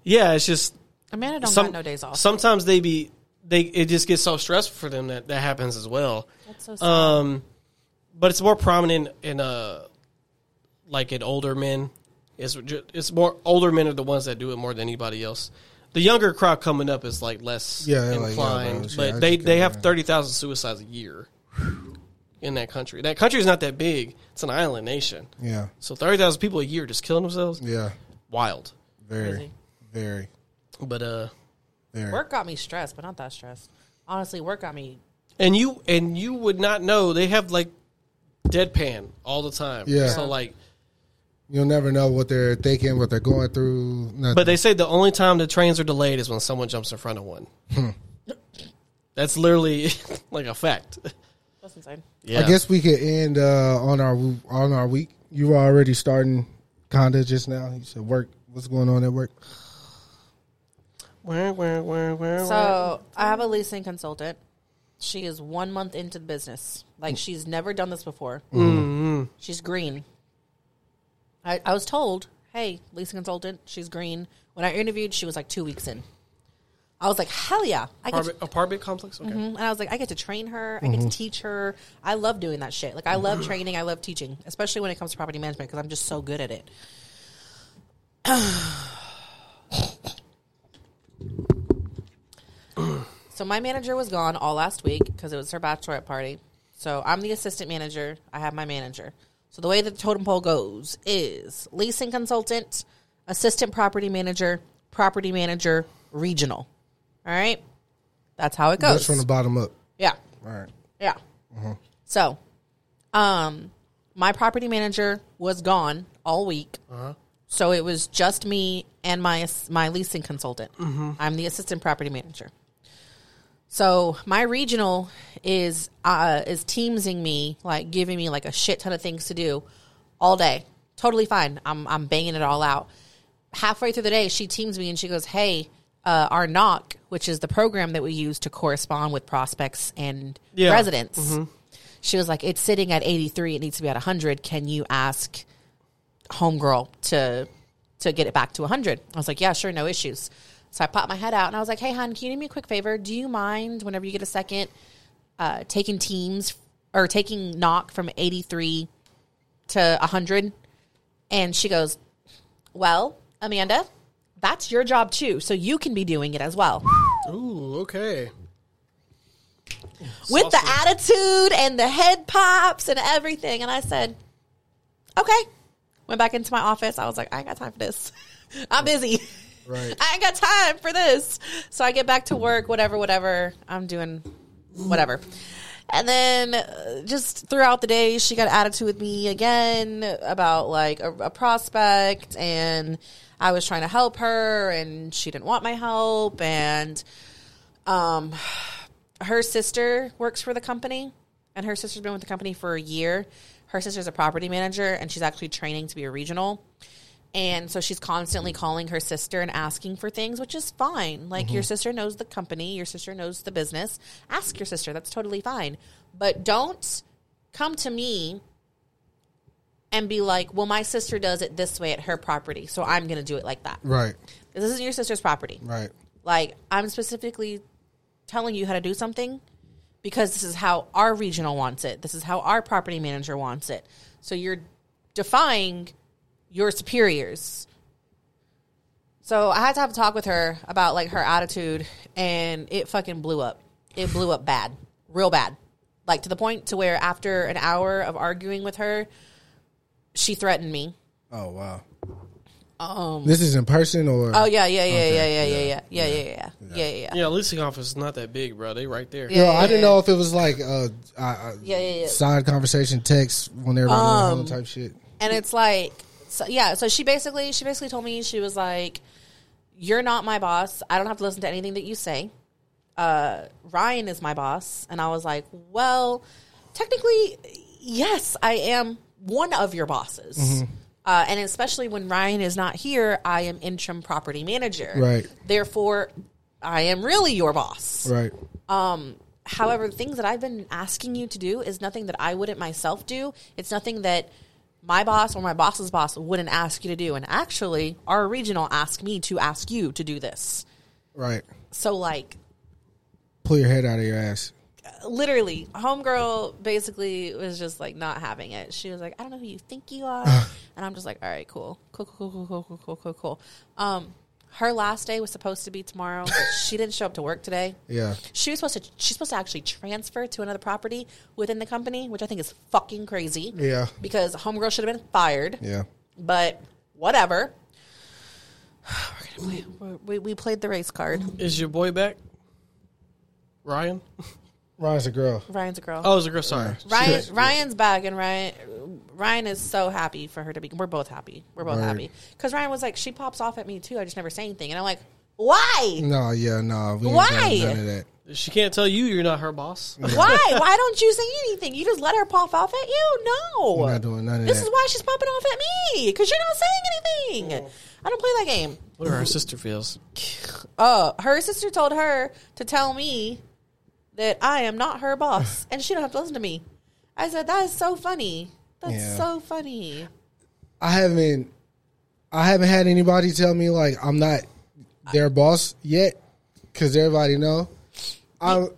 D: yeah, it's just
E: Amanda don't
D: some
E: got no days off.
D: Sometimes they be they it just gets so stressful for them that that happens as well.
E: That's so sad.
D: Um, but it's more prominent in uh, like in older men. It's ju- it's more older men are the ones that do it more than anybody else. The younger crowd coming up is like less
C: Yeah, they're like, yeah,
D: inclined,
C: bro, shit, I
D: but they
C: just
D: they
C: can't
D: have
C: do that.
D: thirty thousand suicides a year in that country. That country is not that big; it's an island nation.
C: Yeah.
D: So thirty thousand people a year just killing themselves.
C: Yeah.
D: Wild,
C: Very.
E: Crazy.
C: Very.
D: but uh,
C: Very.
E: work got me stressed, but not that stressed. Honestly, work got me.
D: and you and you would not know they have like deadpan all the time.
C: Yeah.
D: So like
C: You'll never know what they're thinking, what they're going through. Nothing.
D: But they say the only time the trains are delayed is when someone jumps in front of one. That's literally like a fact.
E: That's insane.
D: Yeah.
C: I guess we could end uh, on our on our week. You were already starting kinda just now. You said work. What's going on at work?
D: Where, where, where, where,
E: So I have a leasing consultant. She is one month into the business. Like she's never done this before. She's green. I, I was told, hey, leasing consultant, she's green. When I interviewed, she was like two weeks in. I was like, hell yeah. I get to
D: apartment, apartment complex? Okay.
E: Mm-hmm. and I was like, I get to train her, I get to teach her. I love doing that shit. Like, I love training, I love teaching, especially when it comes to property management because I'm just so good at it. so my manager was gone all last week because it was her bachelorette party. So I'm the assistant manager. I have my manager. So the way that the totem pole goes is leasing consultant, assistant property manager, property manager, regional. All right. That's how it goes.
C: That's from the bottom up.
E: Yeah.
C: All right.
E: Yeah. So, um, my property manager was gone all week. So it was just me and my my leasing consultant. I'm the assistant property manager. So my regional is uh, is teamsing me, like giving me like a shit ton of things to do all day. Totally fine. I'm I'm banging it all out. Halfway through the day, she teams me and she goes, "Hey, uh, our knock, which is the program that we use to correspond with prospects and
D: Yeah.
E: residents, She was like, "It's sitting at 83. It needs to be at 100. Can you ask homegirl to to get it back to 100?" I was like, "Yeah, sure, no issues." So I popped my head out and I was like, "Hey, hon, can you do me a quick favor? Do you mind whenever you get a second uh, taking teams or taking knock from 83 to 100?" And she goes, "Well, Amanda, that's your job too, so you can be doing it as well."
H: Ooh, okay.
E: with the attitude and the head pops and everything. And I said, okay. Went back into my office. I was like, I ain't got time for this. I'm busy.
H: Right.
E: I ain't got time for this. So I get back to work, whatever, whatever. I'm doing whatever. And then uh, just throughout the day, she got attitude with me again about like a, a prospect, and I was trying to help her, and she didn't want my help, and um, her sister works for the company, and her sister's been with the company for a year. Her sister's a property manager, and she's actually training to be a regional. And so she's constantly calling her sister and asking for things, which is fine. Like your sister knows the company, your sister knows the business. Ask your sister, that's totally fine. But don't come to me and be like, well, my sister does it this way at her property, so I'm going to do it like that.
C: Right.
E: This isn't your sister's property.
C: Right.
E: Like I'm specifically telling you how to do something because this is how our regional wants it. This is how our property manager wants it. So you're defying your superiors. So I had to have a talk with her about like her attitude and it fucking blew up. It blew up bad. Real bad. Like to the point to where after an hour of arguing with her, she threatened me.
C: Oh wow. Um, this is in person or
E: Oh yeah, yeah, yeah, yeah, yeah, yeah, yeah, yeah, yeah, yeah, yeah, yeah.
D: Yeah, leasing office is not that big, bro. They right there.
C: Yo, I didn't know if it was like uh, I, I,
E: Yeah, yeah, yeah.
C: side conversation, text when everybody was home type shit.
E: and it's like so, yeah so she basically she basically told me she was like you're not my boss i don't have to listen to anything that you say uh, ryan is my boss and i was like well technically yes i am one of your bosses uh, and especially when ryan is not here i am interim property manager
C: Right.
E: therefore i am really your boss
C: Right.
E: However, the things that I've been asking you to do is nothing that I wouldn't myself do. It's nothing that my boss or my boss's boss wouldn't ask you to do. And actually, our regional asked me to ask you to do this.
C: Right.
E: So, like,
C: Pull your head out of your ass.
E: literally, homegirl basically was just like not having it. She was like, "I don't know who you think you are," and I'm just like, "All right, cool, cool, cool, cool, cool, cool, cool, cool, cool." Um, her last day was supposed to be tomorrow. But she didn't show up to work today.
C: Yeah.
E: she was supposed to. She's supposed to actually transfer to another property within the company, which I think is fucking crazy.
C: Yeah.
E: because homegirl should have been fired.
C: Yeah.
E: but whatever. We're gonna play. We're, we we played the race card.
D: Is your boy back? Ryan?
C: Ryan's a girl.
E: Ryan's a girl.
D: Oh, it's a girl. Sorry.
E: Ryan Ryan's back and Ryan Ryan is so happy for her to be. We're both happy. We're both
C: Right.
E: happy because Ryan was like, she pops off at me too. I just never say anything, and I'm like, why?
C: No, yeah, no. We ain't
E: Why?
C: doing None of that.
D: She can't tell you you're not her boss.
E: Why? Why don't you say anything? You just let her pop off at you? No,
C: We're not doing none of
E: This
C: that.
E: is why she's popping off at me because you're not saying anything. I don't play that game.
D: What her sister feels.
E: Uh, her sister told her to tell me that I am not her boss, and she don't have to listen to me. I said that is so funny. That's
C: Yeah.
E: so funny.
C: I haven't I haven't had anybody tell me like I'm not their boss yet cuz everybody know. I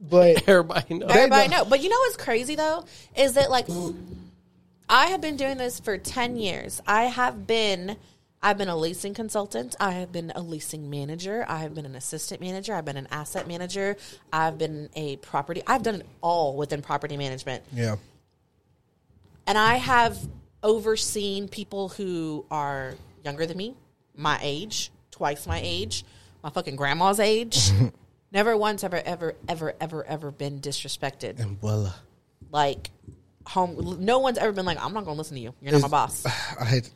C: but
D: Everybody knows.
E: Everybody know. But you know what's crazy though is that like I have been doing this for ten years. I have been I've been a leasing consultant. I have been a leasing manager. I have been an assistant manager. I've been an asset manager. I've been a property. I've done it all within property management.
C: yeah.
E: and I have overseen people who are younger than me, my age, twice my age, my fucking grandma's age. Never once ever ever ever ever ever been disrespected.
C: Well,
E: Like home, no one's ever been like, "I'm not gonna listen to you. You're not my boss."
C: I hate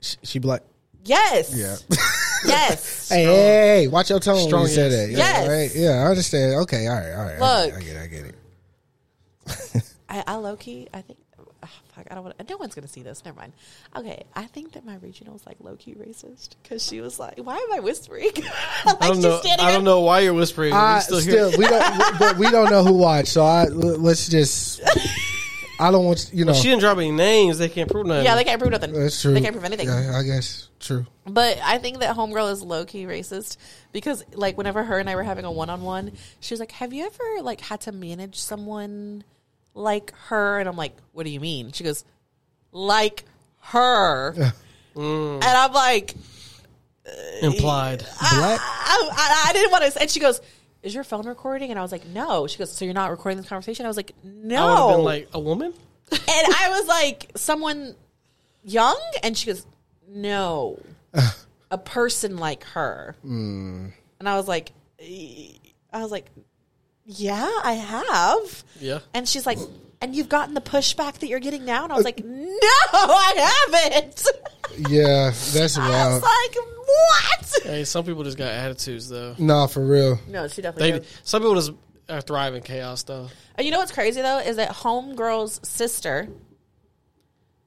C: she, she be like
E: Yes.
C: Yeah.
E: yes.
C: Hey, hey, hey, watch your tone
D: Strong
C: when you say
D: yes.
C: that. Yeah,
E: Yes.
C: right? Yeah, I understand. Okay, all right, all right. I get it,
E: Look.
C: I get it. I get it.
E: I, I low key, I think ah, fuck, I don't want. No one's gonna see this. Never mind. Okay, I think that my regional was like low key racist because she was like, "Why am I whispering?" like
D: I don't
E: she's
D: know.
E: standing
D: I don't
E: up-
D: know why you're whispering.
C: I
D: We're
C: still,
D: still here.
C: we don't, we- but we don't know who watched. So I l- let's just. I don't want you know.
D: She didn't drop any names. They can't prove nothing.
E: Yeah, they can't prove nothing.
C: that's true.
E: They can't prove anything.
C: Yeah, I guess true.
E: But I think that Homegirl is low key racist because, like, whenever her and I were having a one on one, she was like, "Have you ever like had to manage someone like her?" And I'm like, "What do you mean?" She goes, "Like her," and I'm like,
D: implied.
E: Ah.
C: Black.
E: I, I, I didn't want to. And she goes, "Is your phone recording?" And I was like, "No." She goes, "So you're not recording this conversation?" I was like, "No."
D: I would have been like a woman.
E: and I was like, "Someone young?" And she goes, "No, a person like her." And I was like, "E- "I was like, yeah, I have."
D: Yeah.
E: And she's like, "And you've gotten the pushback that you're getting now?" And I was like, "No, I haven't."
C: Yeah, that's
E: I
C: wild.
E: was like, "What?"
D: Hey, some people just got attitudes though.
C: Nah, for real.
E: No, she definitely.
D: They
E: did.
D: some people just are thriving chaos though.
E: And you know what's crazy though is that Homegirl's sister.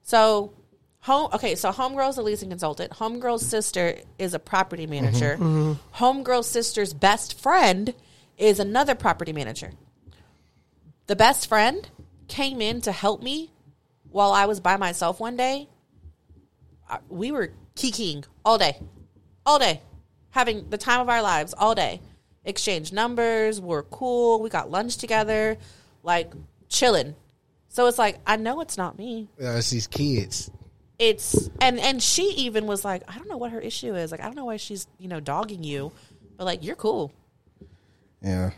E: So, home okay. So Homegirl's a leasing consultant. Homegirl's sister is a property manager. Homegirl's sister's best friend is another property manager. The best friend came in to help me while I was by myself one day. I- We were kikiing all day, all day, having the time of our lives all day. Exchanged numbers, we're cool. We got lunch together, like chilling. So it's like I know it's not me.
C: Uh, it's these kids.
E: It's and and she even was like, I don't know what her issue is. Like I don't know why she's you know dogging you, but like you're cool.
C: Yeah,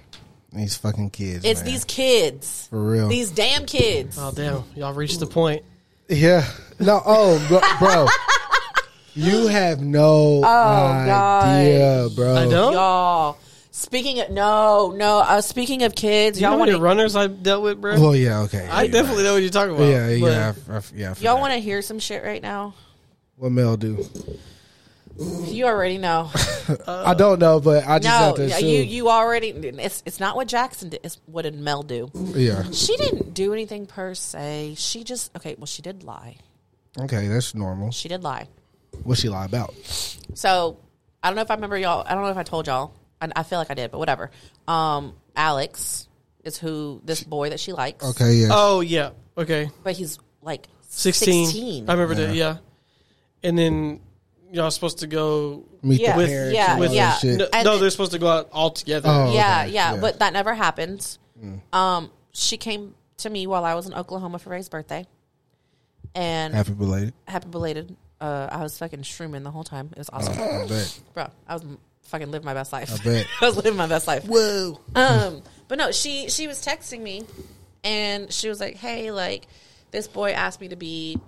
C: these fucking kids.
E: It's
C: man.
E: these kids,
C: for real.
E: these damn kids.
D: Oh damn, y'all reached the point.
C: Yeah. No. Oh, bro. bro. You have
E: Oh,
C: no idea, bro.
D: I don't.
E: Y'all, speaking of no, no, uh, speaking of kids,
D: you know
E: y'all
D: how
E: want
D: many
E: to
D: runners I dealt with, bro?
C: Well, yeah. Okay.
D: I
C: yeah,
D: definitely know what you're talking about.
C: Yeah.
D: but
C: Yeah. I- I- yeah. I
E: y'all
C: forgot.
E: want to hear some shit right now.
C: What Mel do?
E: You already know.
D: Uh,
C: I don't know, but I just
E: No,
C: have to
E: yeah,
C: assume.
E: you you already. It's it's not what Jackson did. It's what did Mel do?
C: yeah.
E: She didn't do anything per se. She just okay. Well, she did lie.
C: Okay, that's normal.
E: She did lie.
C: What she lie about?
E: So I don't know if I remember y'all. I don't know if I told y'all. I, I feel like I did, but whatever. Um, Alex is who this boy that she likes.
C: Okay. Yeah.
D: Oh yeah. Okay.
E: but he's like
D: 16.
E: 16.
D: I remember that, yeah. And then y'all supposed to go.
C: Meet
E: yeah,
C: the
D: with-
C: parents.
E: yeah,
C: and all that
E: yeah.
C: shit.
D: No,
E: And
D: no,
E: then-
D: they're supposed to go out all together.
C: Oh.
E: yeah,
C: okay,
E: yeah,
C: yeah. Mm.
E: but that never happened. Um, she came to me while I was in Oklahoma for Ray's birthday, and
C: Happy belated.
E: happy belated. Uh, I was fucking shrooming the whole time. It was awesome,
C: I bet.
E: bro. I was m- fucking living my best life. I
C: bet.
E: I was living my best life.
C: Whoa.
E: Um, but no, she she was texting me, and she was like, "Hey, like this boy asked me to be,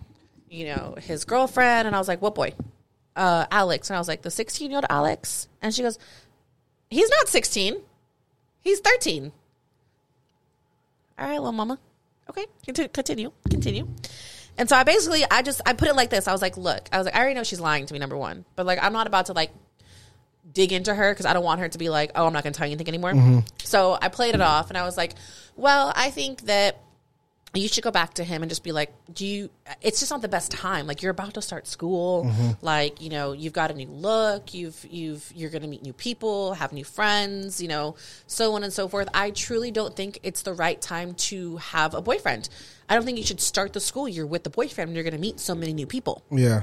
E: you know, his girlfriend," and I was like, "What boy?" Uh, Alex, and I was like, "The sixteen year old Alex," and she goes, "He's not sixteen, he's 13. All right, little mama. Okay, conti- continue, continue. And so I basically, I just, I put it like this. I was like, look, I was like, I already know she's lying to me, number one, but like, I'm not about to like dig into her because I don't want her to be like, oh, I'm not going to tell you anything anymore. So I played it off and I was like, well, I think that you should go back to him and just be like, do you, it's just not the best time. Like you're about to start school. Like, you know, you've got a new look, you've, you've, you're going to meet new people, have new friends, you know, so on and so forth. I truly don't think it's the right time to have a boyfriend. I don't think you should start the school year with a boyfriend. You're going to meet so many new people.
C: Yeah.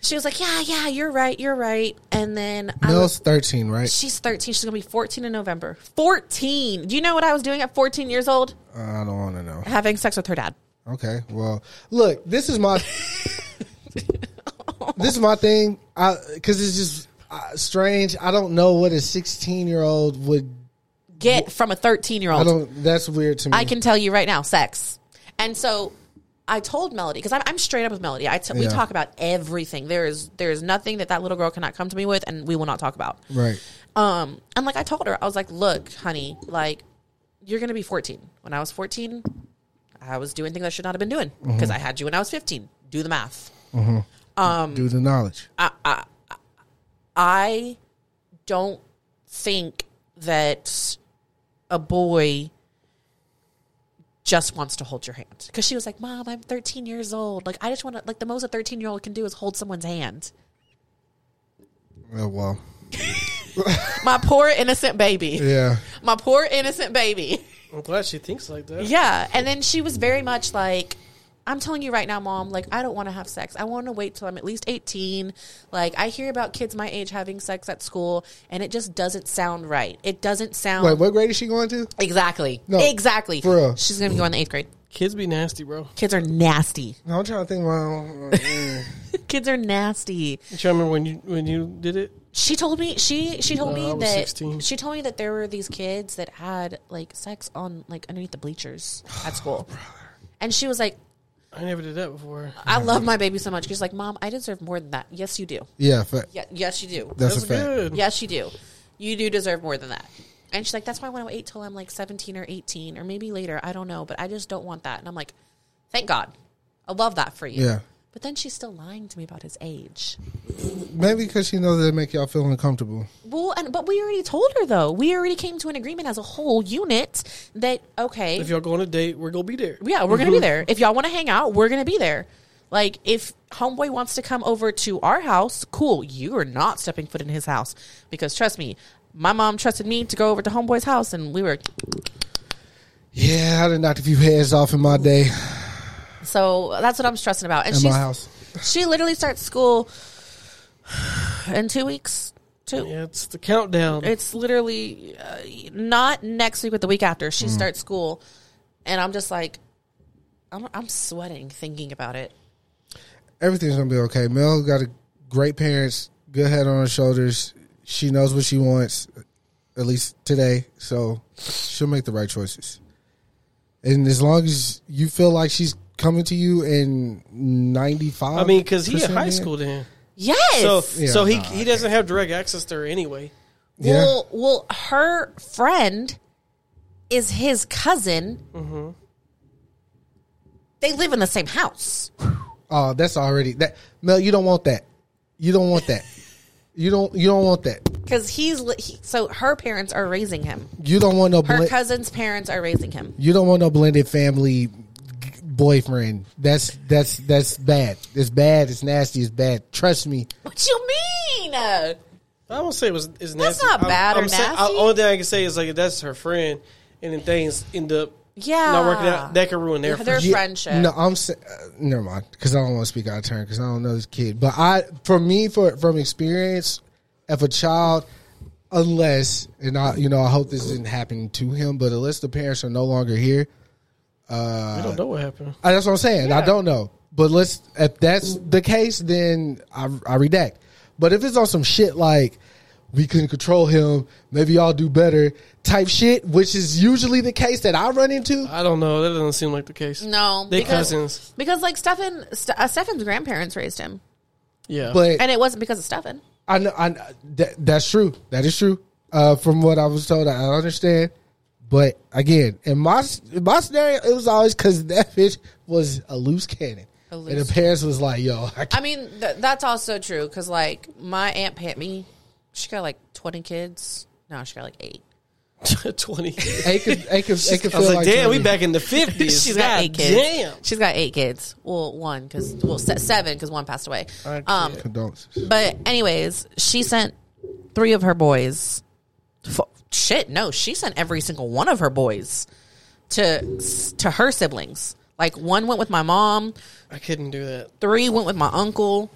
E: She was like, yeah, yeah, you're right. You're right. And then I was-
C: Mel's thirteen, right?
E: She's 13. She's going to be 14 in November. 14. Do you know what I was doing at 14 years old?
C: Uh, I don't want to know.
E: Having sex with her dad.
C: Okay. Well, look, this is my this is my thing. I because it's just uh, strange. I don't know what a sixteen year old would.
E: Get from a 13 year
C: I
E: old.
C: don't. That's weird to me.
E: I can tell you right now, sex. And so I told Melody because I'm, I'm straight up with Melody. I t- we
C: Yeah.
E: talk about everything. There is there is nothing that that little girl cannot come to me with, and we will not talk about.
C: Right.
E: Um, and like I told her, I was like, look, honey, like you're gonna be 14. When I was 14, I was doing things I should not have been doing because I had you when I was 15. Do the math. Um,
C: Do the knowledge.
E: I don't think that a boy just wants to hold your hand because she was like, "Mom, I'm 13 years old. Like, I just want to like the most a 13 year old can do is hold someone's hand."
C: Oh well.
E: My poor innocent baby.
C: Yeah.
E: My poor innocent baby.
D: I'm glad she thinks like that.
E: Yeah. And then she was very much like, I'm telling you right now, mom, like, I don't want to have sex. I want to wait till I'm at least 18. Like, I hear about kids my age having sex at school, and it just doesn't sound right. It doesn't sound.
C: Wait, what grade is she going to?
E: Exactly.
C: No,
E: exactly.
C: for real.
E: She's going to go in the eighth grade.
D: Kids be nasty, bro.
E: Kids are nasty.
C: No, I'm trying to think. Well, uh,
E: Kids are nasty.
D: You try to remember when you when you did it?
E: She told me she she told
D: No, I
E: me
D: was
E: that
D: 16.
E: she told me that there were these kids that had like sex on like underneath the bleachers at school, and she was like,
D: I never did that before.
E: I love my baby so much. She's like, Mom, I deserve more than that. Yes, you do.
C: yeah, fa-
E: Yeah, yes, you do.
C: that's,
D: That's
C: a fact.
D: good.
E: Yes, you do. You do deserve more than that. And she's like, That's why I want to wait till I'm like 17 or 18 or maybe later. I don't know, but I just don't want that. And I'm like, Thank God. I love that for you.
C: Yeah.
E: But then she's still lying to me about his age.
C: Maybe because she knows that make y'all feel uncomfortable.
E: Well, and but we already told her though. We already came to an agreement as a whole unit that okay,
D: If y'all go on a date, we're gonna be there. Mm-hmm.
E: yeah, we're
C: Mm-hmm.
E: gonna be there. If y'all want to hang out, we're gonna be there. Like if homeboy wants to come over to our house, cool. You are not stepping foot in his house because trust me, my mom trusted me to go over to homeboy's house, and we were
C: Yeah, I done knocked a few heads off in my day
E: so that's what I'm stressing about. And
C: in my
E: she's
C: house.
E: she literally starts school in two weeks. Two.
D: Yeah, it's the countdown.
E: It's literally uh, not next week, but the week after
C: Mm-hmm.
E: she starts school, and I'm just like, I'm I'm sweating thinking about it.
C: Everything's gonna be okay. Mel got a great parents, good head on her shoulders. She knows what she wants, at least today. So she'll make the right choices. And as long as you feel like she's coming to you in ninety five,
D: I mean, because he in high school then,
E: Yes.
D: so
C: Yeah,
D: so he
C: nah,
D: he doesn't have direct access to her anyway.
C: Yeah.
E: Well, well, her friend is his cousin. They live in the same house.
C: Oh, that's already that. Mel, you don't want that. You don't want that. you don't. You don't want that.
E: Because he's li- he, so her parents are raising him.
C: You don't want no.
E: Her
C: blen-
E: cousin's parents are raising him.
C: You don't want no blended family g- boyfriend. That's that's that's bad. It's bad. It's nasty. It's bad. Trust me.
E: What you mean?
D: I won't say it was is nasty.
E: That's not
D: I'm-
E: bad or
D: I'm saying- I-
E: nasty.
D: only thing I can say is like that's her friend, and then things end up
E: Yeah.
D: not working out. That could ruin their
E: Their
D: friendship.
C: Yeah,
E: friendship.
C: No, I'm sa- uh, never mind because I don't want to speak out of turn because I don't know this kid. But I, for me, for from experience, if a child, unless and I, you know, I hope this didn't happen to him, but unless the parents are no longer here,
D: I don't know what happened.
C: I, that's what I'm saying. I don't know. But let's if that's the case, then I, I redact. But if it's on some shit like we couldn't control him, maybe y'all do better type shit, which is usually the case that I run into.
D: I don't know. That doesn't seem like the case.
E: No,
D: they
E: because-
D: cousins.
E: Because like Stefan, St- uh, Stefan's grandparents raised him,
D: Yeah,
C: But
E: and it wasn't because of Stefan.
C: I know I that, that's true. That is true. Uh, from what I was told, I understand. But again, in my in my scenario, it was always because that bitch was a loose cannon,
E: A
C: and
E: loose
C: the parents was like, "Yo, I can't.
E: I mean, th- that's also true because like my aunt Pammy, she got like twenty kids. No, she got like eight.
D: twenty.
C: it could, it could, it could
D: I
C: feel
D: was like,
C: like
D: damn, we
C: 20.
D: back in the fifties.
E: She's got eight kids.
D: Damn.
E: She's got eight kids. Well, one because well se- seven because one passed away. Um,
C: Condolences.
E: but anyways, she sent three of her boys. fo- shit, no, she sent every single one of her boys to to her siblings. Like one went with my mom.
D: I couldn't do that.
E: three went with my uncle,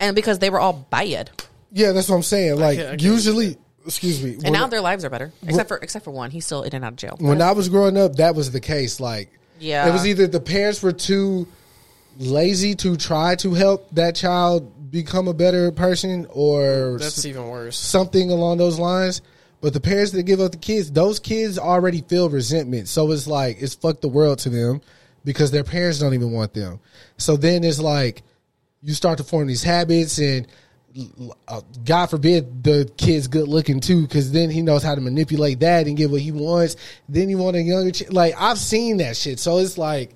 E: and because they were all bad,
C: Yeah, that's what I'm saying. Like
D: can't- I can't-
C: usually, excuse me.
E: and
C: When,
E: now their lives are better, except for except for one, he's still in and out of jail.
C: when I was growing up, that was the case. Like,
E: Yeah.
C: it was either the parents were too lazy to try to help that child become a better person, or
D: That's
C: s-
D: even worse.
C: something along those lines. But the parents that give up the kids, those kids already feel resentment. So it's like it's fuck the world to them because their parents don't even want them. So then it's like you start to form these habits and uh, God forbid the kid's good looking too, because then he knows how to manipulate that and get what he wants. Then you want a younger chick. Like I've seen that shit, so it's like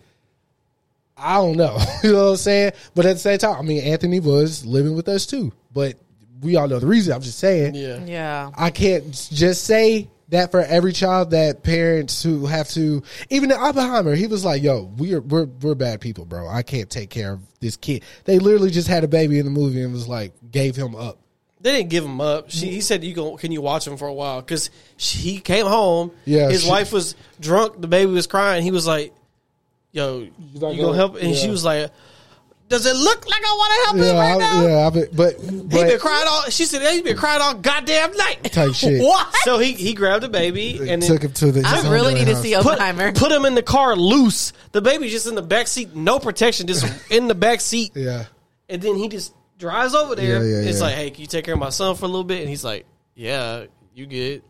C: I don't know, you know what I'm saying? But at the same time, I mean Anthony was living with us too, but we all know the reason. I'm just saying,
D: Yeah.
E: Yeah,
C: I can't just say that for every child that parents who have to even in Oppenheimer, he was like, "Yo, we're we're we're bad people, bro. I can't take care of this kid." They literally just had a baby in the movie and was like, gave him up.
D: They didn't give him up. She, he said, "You go, can you watch him for a while?" Because he came home.
C: Yeah,
D: his
C: she-
D: wife was drunk. The baby was crying. He was like, "Yo, you
C: not
D: gonna,
C: gonna-
D: help?" And she
C: yeah.
D: was like, "Does it look like I want to help
C: Yeah,
D: him right now?"
C: I, yeah, I be, but
D: He been
C: but-
D: crying all. She said, "Hey, "You been crying all goddamn night."
C: Type shit.
D: What? So he he grabbed the baby and then
C: took him to the.
E: I
C: his
E: really
C: homeboy
E: need to
C: house.
E: see
D: put,
E: Oppenheimer.
D: put him in the car loose. The baby's just in the back seat, no protection, just in the back seat.
C: Yeah,
D: And then he just drives over there.
C: Yeah, yeah,
D: it's
C: yeah.
D: like, "Hey, can you take care of my son for a little bit?" And he's like, "Yeah, you good."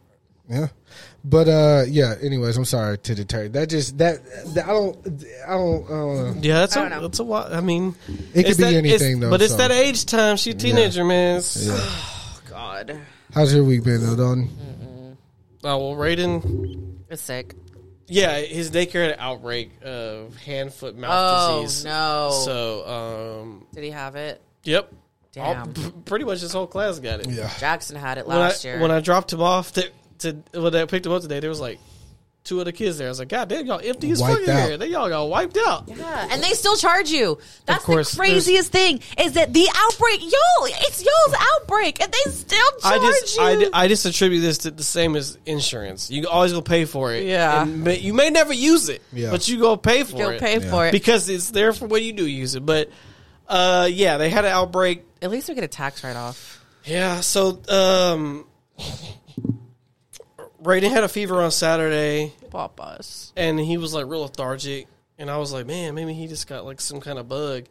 C: yeah, but uh, yeah. Anyways, I'm sorry to deter. That just that, that- I don't I don't. I don't know.
D: Yeah, that's
E: I
D: a,
E: don't know.
D: that's a lot. I mean,
C: It could
D: it's
C: be
D: that- it's-
C: anything, though,
D: But it's
C: so.
D: that age time. She a teenager, man. It's-
E: God,
C: How's your week been, though, Don?
D: Oh well, Raiden.
E: it's sick.
D: Yeah, his daycare had an outbreak of hand, foot, mouth
E: Oh,
D: disease.
E: no.
D: So, um,
E: Did he have it?
D: Yep.
E: Damn.
D: All- p- pretty much his whole class got it. Yeah.
E: Jackson had it
D: When I,
E: last year.
D: when I dropped him off to, to when I picked him up today, there was like two other kids there. I was like, God damn, y'all empty as fuck
C: Wiped out.
D: here. They y'all got wiped out.
E: Yeah, and they still charge you. That's
D: course,
E: the craziest thing is that the outbreak, yo, it's y'all's outbreak, and they still charge
D: I just
E: you.
D: I, di- I just attribute this to the same as insurance. You always go pay for it.
E: Yeah.
D: And may, you may never use it,
C: Yeah.
D: but you go pay for
E: You'll
D: it.
E: pay for it.
D: because it's there for when you do use it. But uh, yeah, they had an outbreak.
E: At least we get a tax write off.
D: Yeah, so um, Raiden had a fever on Saturday.
E: Papa's.
D: and he was like real lethargic and i was like man maybe he just got like some kind of bug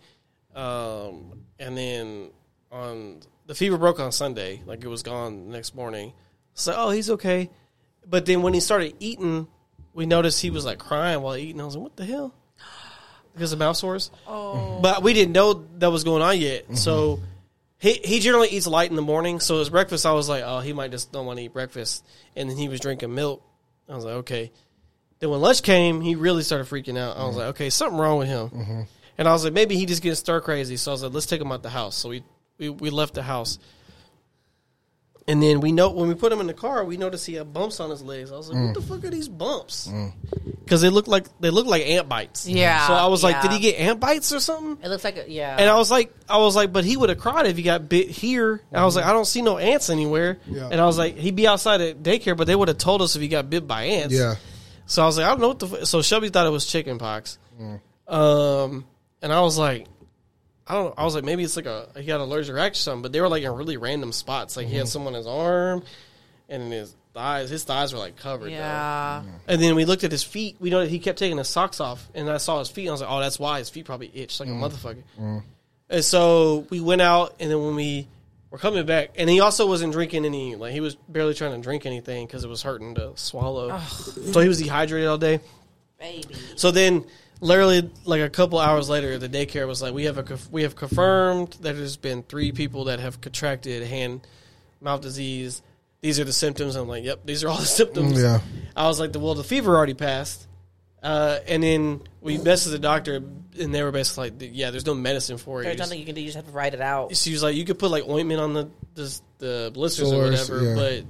D: um, and then on the fever broke on sunday like it was gone the next morning so oh he's okay but then when he started eating we noticed he was like crying while eating i was like what the hell because of mouth sores oh. but we didn't know that was going on yet so he, he generally eats light in the morning so his breakfast i was like oh he might just don't want to eat breakfast and then he was drinking milk i was like okay then when lunch came, he really started freaking out. I was like, okay, something wrong with him. And I was like, maybe he just getting stir crazy. So I was like, let's take him out the house. So we, we we left the house. And then we know when we put him in the car, we noticed he had bumps on his legs. I was like, what the fuck are these bumps? Because they look like they look like ant bites.
E: Yeah,
D: So I was like,
E: yeah.
D: did he get ant bites or something?
E: It looks like a, yeah.
D: And I was like, I was like, but he would have cried if he got bit here. And I was like, I don't see no ants anywhere. And I was like, he'd be outside at daycare, but they would have told us if he got bit by ants.
C: Yeah,
D: So I was like, I don't know what the. F-. So Shelby thought it was chicken pox. Um, and I was like, I don't. I was like, maybe it's like a he got an allergic reaction or something. But they were like in really random spots. Like he had someone in his arm, and in his thighs. His thighs were like covered. Yeah.
E: yeah,
D: And then we looked at his feet. We know that he kept taking his socks off, and I saw his feet. And I was like, oh, that's why his feet probably itched like a motherfucker. And so we went out, and then when we were coming back, and he also wasn't drinking any, like he was barely trying to drink anything because it was hurting to swallow. So he was dehydrated all day.
E: baby.
D: So then, literally, like a couple hours later, the daycare was like, "We have a conf- we have confirmed that there's been three people that have contracted hand mouth disease. These are the symptoms." I'm like, "Yep, these are all the symptoms."
C: yeah.
D: I was like, "The well, the fever already passed." Uh, and then we messaged the doctor, and they were basically like, "Yeah, there's no medicine for it."
E: There's
D: You just-
E: nothing you can do. You just have to write it out.
D: she was like, you could put like ointment on the the, the blisters or
C: Sores,
D: whatever,
C: yeah.
D: but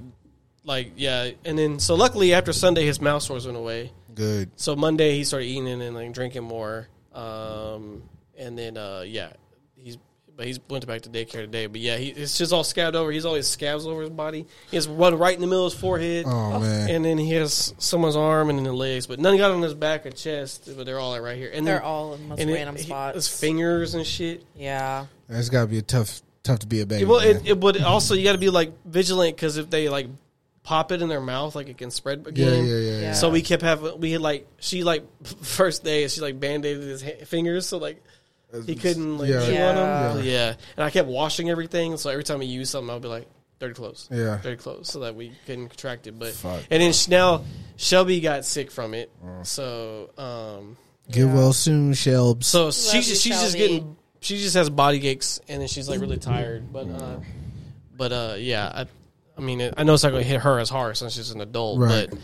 D: like yeah. And then so luckily after Sunday his mouth sores went away.
C: Good.
D: So Monday he started eating and like drinking more. Um, and then uh, yeah, he's but he's went back to daycare today. But yeah, he it's just all scabbed over. He's always scabs over his body. He has one right in the middle of his forehead.
C: Oh man.
D: And then he has someone's arm and in the legs, but none got on his back or chest. But they're all like right here, and
E: They're
D: then-
E: all in the most
D: and it-
E: random
D: he-
E: spots.
D: His fingers and shit.
E: Yeah,
C: That's got to be a tough, tough to be a baby.
D: Well,
C: man.
D: it, it would also you got to be like vigilant because if they like pop it in their mouth, like it can spread
C: yeah, yeah,
D: again.
C: yeah, yeah,
E: Yeah.
D: So we kept having we had like she like first day she like band-aided his ha- fingers so like he couldn't like
C: Yeah.
D: chew on
C: Yeah.
D: them. Yeah. and I kept washing everything so every time he used something I would be like dirty clothes,
C: Yeah.
D: dirty clothes, so that we couldn't contract it. But
C: Fuck. Oh.
D: and then sh- now Shelby got sick from it, so um
C: Get well soon, Shelbs.
D: so she
E: you,
D: just, she's just
E: Shelby. Mm-hmm.
D: getting she just has body aches and then she's like really tired. But uh, but uh, yeah, I, I mean it, I know it's not going to hit her as hard since she's an adult.
C: Right.
D: But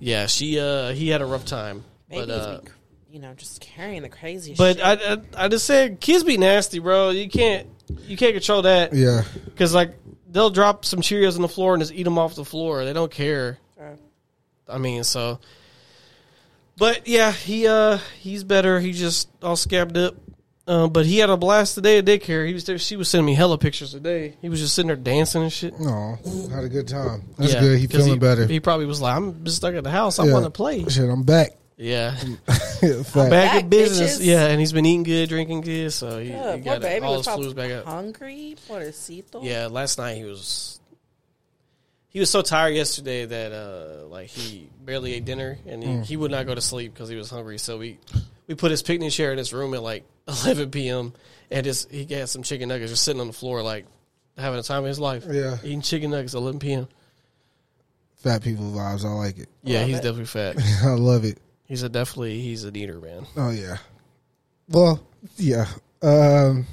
D: yeah, she uh he had a rough time.
E: maybe
D: but uh,
E: he's be, you know just carrying the crazy.
D: but uh,
E: shit.
D: I, I I just said kids be nasty, bro. You can't you can't control that.
C: yeah,
D: Because like they'll drop some Cheerios on the floor and just eat them off the floor. They don't care. I mean, so. But yeah, he uh he's better. He just all scabbed up. Uh, but he had a blast today at daycare. He was there. She was sending me hella pictures today. He was just sitting there dancing and shit.
C: No, had a good time. That's
D: Yeah,
C: good. He
D: 'cause
C: feeling better.
D: He probably was like, "I'm just stuck at the house. I
C: Yeah. Mm.
D: want to play."
C: Shit, I'm back.
D: Yeah,
C: Fact.
D: back in
E: Back,
D: business.
E: bitches.
D: Yeah, and he's been eating good, drinking good, so he,
E: Yeah,
D: he
E: poor
D: got it.
E: baby
D: all
E: was
D: his fluids back
E: probably
D: up.
E: hungry. Pobrecito.
D: Yeah, last night he was he was so tired yesterday that uh like he barely ate dinner and
C: Mm.
D: he, he would not go to sleep because he was hungry. So we we put his picnic chair in his room at like 11 p.m. and just he got some chicken nuggets just sitting on the floor like having a time of his life.
C: Yeah.
D: eating chicken nuggets at 11 p.m.
C: Fat people vibes. I like it.
D: Yeah, he's definitely fat.
C: I love it.
D: He's a definitely he's an eater, man.
C: Oh yeah. Well, yeah. Um,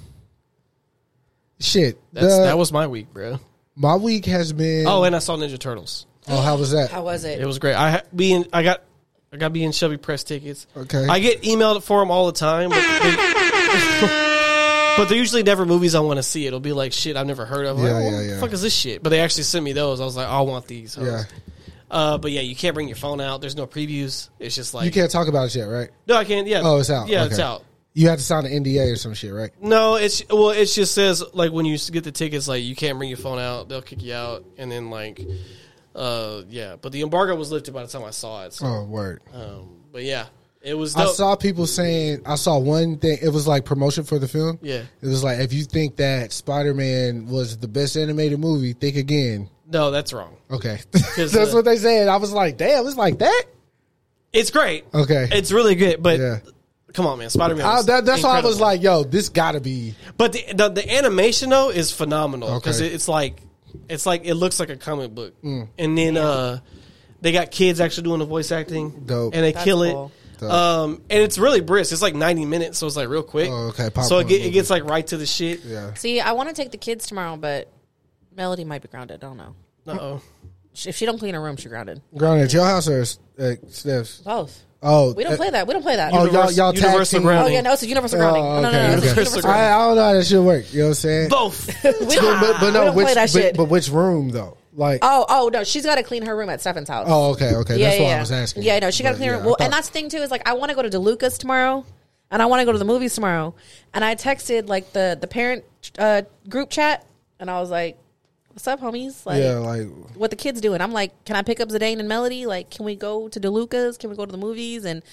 C: shit.
D: That's
C: The-
D: that was my week, bro.
C: my week has been.
D: Oh, and I saw Ninja Turtles.
C: oh, how was that?
E: How was it?
D: It was great. I ha- being I got I got being Chevy Press tickets.
C: Okay.
D: I get emailed for them all the time, but, they, but they're usually never movies I want to see. It'll be like shit I've never heard of. Like,
C: Yeah,
D: oh,
C: yeah,
D: what the
C: yeah.
D: fuck is this shit? But they actually sent me those. I was like, I want these. hoes.
C: yeah.
D: Uh, but yeah, you can't bring your phone out. There's no previews. It's just like
C: You can't talk about it yet, right?
D: No, I can't. Yeah.
C: Oh, it's out.
D: Yeah,
C: Okay.
D: it's out.
C: You have to sign an NDA or some shit, right?
D: No, it's well, it just says like when you get the tickets, like you can't bring your phone out. They'll kick you out, and then like, uh, yeah. But the embargo was lifted by the time I saw it. So,
C: Oh, word.
D: um, but yeah, it was.
C: I
D: dope.
C: saw people saying. I saw one thing. It was like promotion for the film.
D: Yeah.
C: It was like if you think that Spider Man was the best animated movie, think again.
D: No, that's wrong.
C: Okay.
D: 'Cause,
C: That's
D: uh,
C: what they said. I was like, damn, it's like that.
D: It's great.
C: Okay.
D: It's really good, but
C: Yeah.
D: come on, man, Spider Man.
C: I, that, that's why I was like, yo, this gotta be.
D: but the, the the animation though is phenomenal because
C: Okay. Mm.
D: it, it's like it's like it looks like a comic book, and then uh, they got kids actually doing the voice acting,
C: Dope.
D: and they
E: That's
D: kill
E: cool.
D: it.
C: Dope.
D: Um, and it's really brisk. It's like ninety minutes, so it's like real quick.
C: Oh, okay.
D: so
C: Popcorn
D: it, get,
C: movie.
D: it gets like right to the shit.
C: Yeah.
E: See, I want to take the kids tomorrow, but Melody might be grounded. I don't know.
D: Uh-oh.
E: She- If she don't clean her room, she grounded.
C: Ground at your house or at Steph's?
E: Both.
C: Oh,
E: We don't
C: uh,
E: play that. We don't play that.
C: Oh, y'all,
D: Universal-
C: y'all tag
D: universal
C: team?
E: Oh
D: grounding.
E: yeah, no, it's a universal grounding.
C: Oh,
E: no, no,
C: okay,
E: no, it's a
C: okay.
E: universal grounding.
C: I, I don't know how that should work. You know what I'm saying?
D: Both.
E: We
C: But,
E: don't,
C: but, but
E: we
C: no,
E: don't
C: which,
E: play that
C: but,
E: shit.
C: but which room though? Like, oh,
E: oh, oh no, she's got to clean her room at Stefan's house.
C: okay, okay. Oh, that's what I was asking.
E: Yeah, no, she got to
C: But,
E: clean her
C: yeah,
E: room. Well,
C: I
E: and
C: thought-
E: that's the thing too is like I want to go to DeLuca's tomorrow, and I want to go to the movies tomorrow. And I texted like the the parent uh, group chat, and I was like, "What's up, homies? Like,
C: yeah, like
E: what the kids doing. I'm like, can I pick up Zidane and Melody? Like, can we go to DeLuca's? Can we go to the movies? And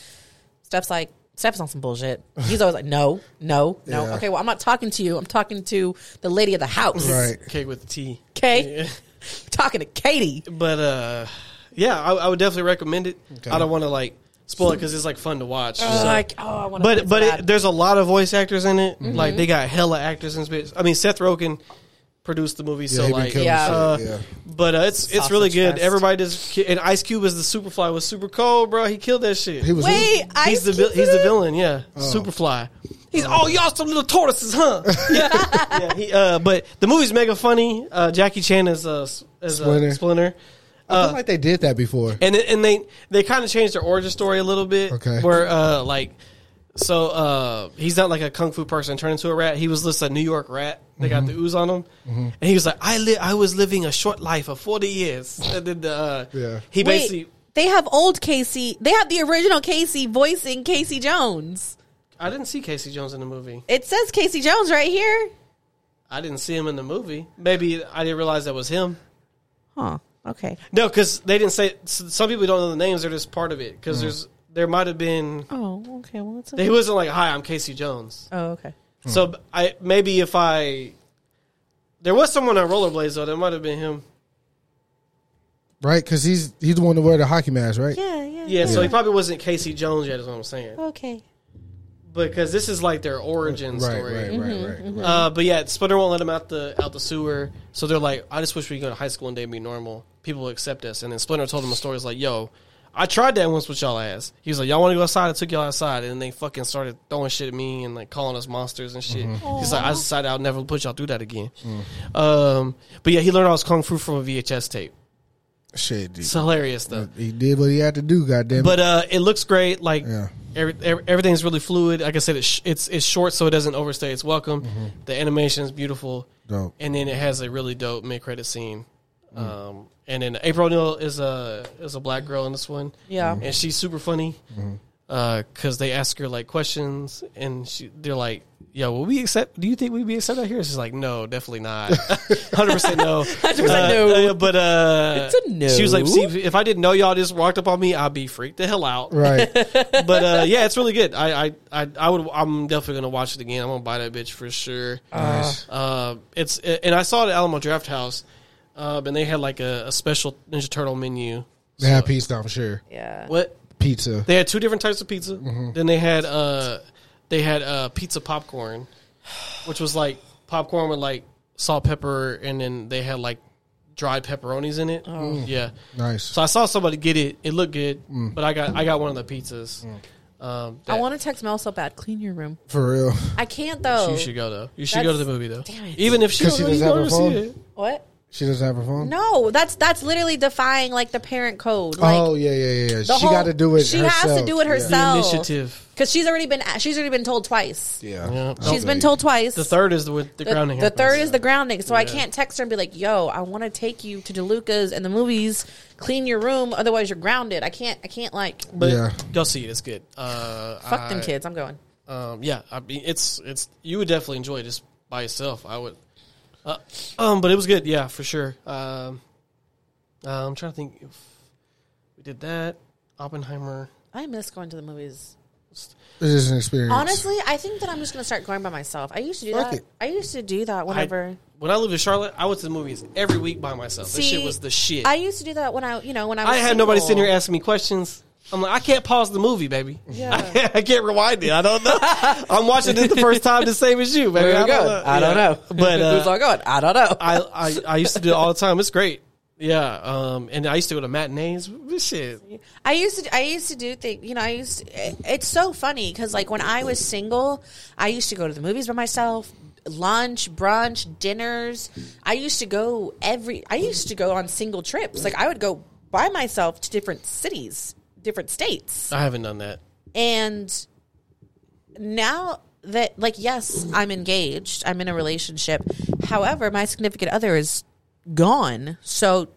E: Steph's like, Steph's on some bullshit. He's always like, no, no, no.
C: Yeah.
E: Okay, well, I'm not talking to you. I'm talking to the lady of the house.
C: right.
D: Cake with the tea.
E: Okay, talking to Katie.
D: But uh, yeah, I, I would definitely recommend it. I don't want to like spoil it because it's like fun to watch. So-
E: like, oh, I want to.
D: But but it, there's a lot of voice actors in it.
E: Mm-hmm.
D: Like they got hella actors in this bitch. I mean, Seth Rogen produced the movie, so
C: he been
D: like
C: killing
E: Yeah. shit,
D: uh,
C: yeah.
D: But uh, it's it's really
E: Sausage
D: good.
E: fest.
D: Everybody does. ki- And Ice Cube is the Superfly was super cold, bro. He killed that shit.
C: He was Oh.
E: wait, I
D: he's the vil- he's the villain. Yeah, Superfly. He's oh y'all some little tortoises, huh? yeah. yeah he, uh, but the movie's mega funny. Uh, Jackie Chan is uh, s- is Splinter.
C: Splinter.
D: Uh, Splinter.
C: I feel like they did that before.
D: and it, and they they kind of changed their origin story a little bit.
C: Okay.
D: where uh like so uh he's not like a kung fu person turned into a rat. He was just a New York rat. They got
C: Mm-hmm.
D: the ooze on him, and he was like, I li- I was living a short life of forty years. And then the uh,
C: Yeah.
D: he
E: Wait,
D: basically
E: they have old Casey. They have the original Casey voicing Casey Jones.
D: I didn't see Casey Jones in the movie.
E: It says Casey Jones right here.
D: I didn't see him in the movie. Maybe I didn't realize that was him.
E: Huh. Okay.
D: No, because they didn't say. s- Some people don't know the names. They're just part of it.
C: Mm.
D: Because there's there might have been.
E: Oh, okay. Well, it's
D: He wasn't like, "Hi, I'm Casey Jones."
E: oh, okay.
D: Hmm. So I maybe if I there was someone on rollerblades though, that might have been him.
C: Right? Because he's he's the one to wear the hockey mask, right?
E: Yeah, yeah.
D: Yeah, so he probably wasn't Casey Jones yet, is what I'm saying.
E: Okay.
D: Because this is like their origin
C: Right,
D: story.
C: right, right,
E: Mm-hmm,
C: right, right.
D: Uh, but yeah, Splinter won't let him out the out the sewer. So they're like, I just wish we could go to high school and day and be normal. People will accept us. And then Splinter told him a story. He's like, Yo, I tried that once with y'all ass. He was like, Y'all want to go outside? I took y'all outside, and they fucking started throwing shit at me and like calling us monsters and shit. He's like, I decided I'll never put y'all through that again. Um, but yeah, he learned all his kung fu from a VHS tape.
C: Shit, dude.
D: It's hilarious though.
C: he did what he had to do. Goddamn.
D: But uh, it looks great. Like
C: Yeah.
D: every, every, everything's really fluid. Like I said, it's sh- it's it's short, so it doesn't overstay its welcome. The animation is beautiful,
C: Mm-hmm. Dope. Mm.
D: and then it has a really dope mid credit scene. Um, And then April O'Neil is a is a black girl in this one.
E: Yeah.
D: and she's super funny
C: Mm-hmm.
D: because they ask her like questions, and she they're like, "Yo, will we accept? Do you think we'd be accepted out here?" She's like, "No, definitely not. Hundred percent no. Hundred
E: 100% no.
D: Uh, But uh,
E: It's a no.
D: She was like, "See, if I didn't know y'all just walked up on me, I'd be freaked the hell out."
C: Right.
D: but uh, yeah, it's really good. I, I, I, I would. I'm definitely gonna watch it again. I'm gonna buy that bitch for sure. Uh, it's and I saw it at Alamo Draft House, uh, and they had like a, a special Ninja Turtle menu.
C: they have pizza, I'm sure.
E: Yeah.
D: What
C: Pizza.
D: they had two different types of pizza.
E: Mm-hmm.
D: Then they had uh, they had uh, pizza popcorn, which was like popcorn with like salt, pepper, and then they had like dried pepperonis in it.
E: Oh.
D: Yeah,
C: Nice.
D: So I saw somebody get it. It looked good,
C: Mm.
D: but I got I got one of the pizzas. Um,
E: I
D: that-
E: want to text Mel so bad. Clean your room.
C: For real.
E: I can't though.
D: You should go though. You should go to the
E: That's-
D: movie though.
E: Damn it.
D: Even if she
C: 'Cause she
D: doesn't you
C: doesn't
D: go
C: have
D: to
C: her
D: see
C: phone?
D: it.
E: What?
C: She doesn't have her phone?
E: No, that's that's literally defying like the parent code. Like,
C: oh, yeah, yeah, yeah. yeah. She
E: the whole-
C: got to do it
E: She
C: herself.
E: has to do it
D: The
E: herself.
D: initiative.
E: Because she's already been she's already been told twice.
C: Yeah.
E: She's been told twice.
D: The third is the, with the,
E: The,
D: grounding.
E: the
D: happens.
E: third is the grounding, so I can't text her and be like, "Yo, I want to take you to DeLuca's and the movies. Clean your room, otherwise you're grounded." I can't. I can't like
D: But
C: Yeah.
D: go see it. It's good. Uh,
E: fuck them
D: I-
E: kids. I'm going.
D: Um, yeah, I mean, it's it's you would definitely enjoy it just by itself. I would. Uh, um, but it was good. Yeah, for sure. Um, uh, I'm trying to think if we did that. Oppenheimer.
E: I miss going to the movies.
C: It is an experience.
E: Honestly, I think that I'm just gonna start going by myself. I used to do
C: Fuck
E: that.
C: it.
E: I used to do that whenever.
D: I, when I lived in Charlotte, I went to the movies every week by myself. that shit
E: See,
D: was the shit.
E: I used to do that when I, you know, when I. Was
D: I had nobody
E: single.
D: sitting here asking me questions. I'm like, I can't pause the movie, baby.
E: Yeah.
D: I, can't, I can't rewind it. I don't know. I'm watching it the first time the same as you, baby.
E: Where
D: I
E: we
D: don't
E: going?
D: know.
E: I don't
D: Yeah.
E: know.
D: But uh,
E: who's all going? Oh, I don't know.
D: I, I I used to do it all the time. It's great. Yeah. Um. And I used to go to matinees. This shit.
E: I used to I used to do things you know I used to, it's so funny because like when I was single I used to go to the movies by myself lunch brunch dinners I used to go every I used to go on single trips like I would go by myself to different cities different states
D: I haven't done that.
E: and now that like yes I'm engaged I'm in a relationship however my significant other is gone so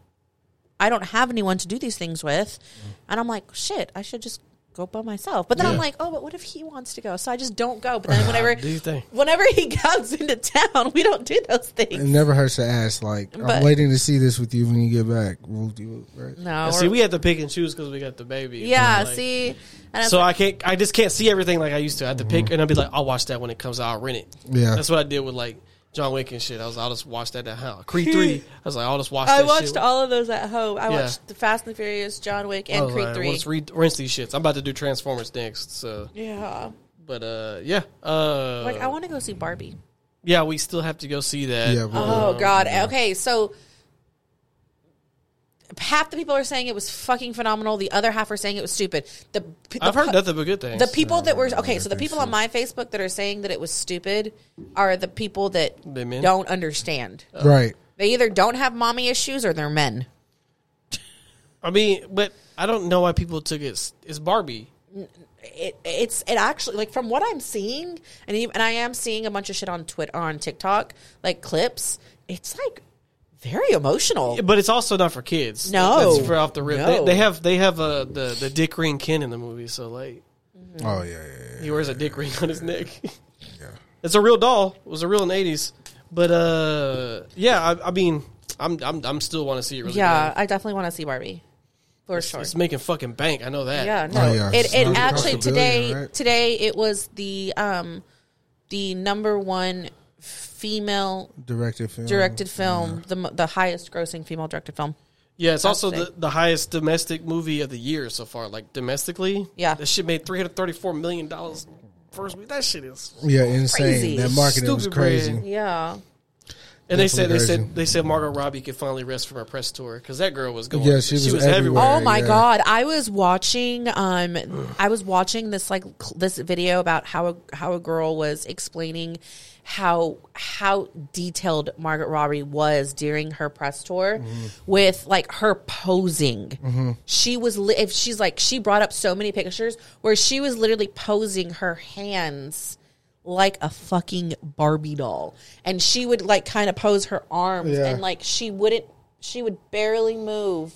E: I don't have anyone to do these things with. And I'm like, shit, I should just go by myself. But then I'm
D: Yeah.
E: like, oh, but what if he wants to go? So I just don't go. But then whenever
D: Do you think?
E: whenever he comes into town, we don't do those
C: it
E: things.
C: never hurts to ask. Like,
E: But-
C: I'm waiting to see this with you when you get back. Ruth, you- Right?
E: No.
D: see,
E: we're-
D: we had to pick and choose because we got the baby.
E: yeah,
D: Like,
E: see. And it's
D: So
E: like,
D: I can't. I just can't see everything like I used to. I had to pick, and I'd be like, I'll watch that when it comes out. I'll rent it.
C: Yeah.
D: That's what I did with like John Wick and shit. I was. like, I'll just watch that at home. Creed three. I was like, I'll just watch.
E: I,
D: that
E: watched
D: shit.
E: all of those at home. I
D: Yeah.
E: watched The Fast and Furious, John Wick,
D: I
E: and
D: was
E: Creed
D: like, well,
E: 3.
D: let's re- rinse these shits. I'm about to do Transformers next. So,
E: yeah.
D: but uh, yeah. Uh,
E: Like, I want to go see Barbie.
D: yeah. We still have to go see that.
C: Yeah, but
E: Oh God. Okay, so half the people are saying it was fucking phenomenal. The other half are saying it was stupid. The, the
D: I've heard nothing but good things.
E: The people that were okay, so the people on my Facebook that are saying that it was stupid are the people that
D: They men?
E: don't understand.
C: right.
E: They either don't have mommy issues or they're men.
D: I mean, but I don't know why people took it. s- It's Barbie.
E: It, it's it actually like from what I'm seeing, and even, and I am seeing a bunch of shit on Twitter on TikTok, like clips. It's like very emotional.
D: But it's also not for kids.
E: No.
D: That's for off the rip.
E: No.
D: They, they have they have uh, the the dick ring Ken in the movie. So like
E: Mm-hmm.
C: Oh, yeah, yeah,
D: he wears a dick ring on his neck.
C: yeah.
D: it's a real doll. It was a real in the eighties. But uh, yeah, I, I mean, I'm I'm I'm still want to see it. Really
E: yeah,
D: bad.
E: I definitely want to see Barbie for sure.
D: it's making fucking bank. I know that.
E: Yeah, no.
C: Oh, yeah.
E: It
C: It's
E: it
C: not
E: actually
C: across the
E: today
C: billion, right?
E: today it was the um the number one female
C: Directed film.
E: directed film, the the the highest grossing female directed film.
D: yeah. It's also the,
E: Fantastic.
D: the highest domestic movie of the year so far. Like domestically,
E: Yeah.
D: that shit made three hundred thirty four million dollars first week. That shit is
C: Yeah, insane.
E: Crazy.
C: That marketing was
D: Stupid brand.
C: crazy.
E: Yeah.
D: And they said they
C: Definitely
D: said
C: crazy.
D: they said Margot Robbie could finally rest from her press tour because that girl was going.
C: Yeah, she was everywhere.
E: Oh my
C: yeah.
E: god, I was watching um I was watching this like cl- this video about how a, how a girl was explaining how how detailed Margaret Robbie was during her press tour
C: Mm-hmm.
E: with like her posing. She was li- if she's like she brought up so many pictures where she was literally posing her hands like a fucking Barbie doll. And she would like kind of pose her arms
C: Yeah.
E: and like she wouldn't She would barely move,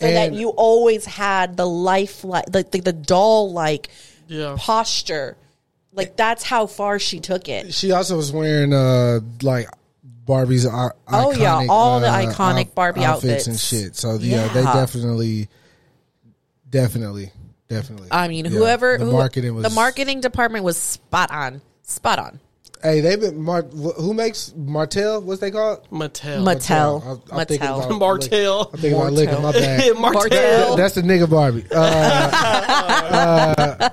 E: so that
C: And-
E: you always had the life like the, the, the doll like
D: Yeah.
E: posture. Like that's how far she took it.
C: She also was wearing uh like Barbie's I-
E: Oh, yeah,
C: iconic,
E: all the
C: uh,
E: iconic
C: outf-
E: Barbie
C: and
E: outfits.
C: shit. So yeah, they
E: Yeah.
C: definitely, definitely, definitely.
E: I mean,
C: Yeah.
E: whoever
C: the
E: who-
C: marketing was
E: the marketing department was spot on, spot on.
C: Hey, they've been Mar- wh- who makes Martell? What's they called?
D: Mattel.
E: Mattel,
C: Oh, I'm- I'm thinking
E: Mattel,
C: about-
D: Martell.
C: I'm thinking about licking my bad.
D: Martell.
E: Martell.
C: That's the nigga Barbie. Uh, uh,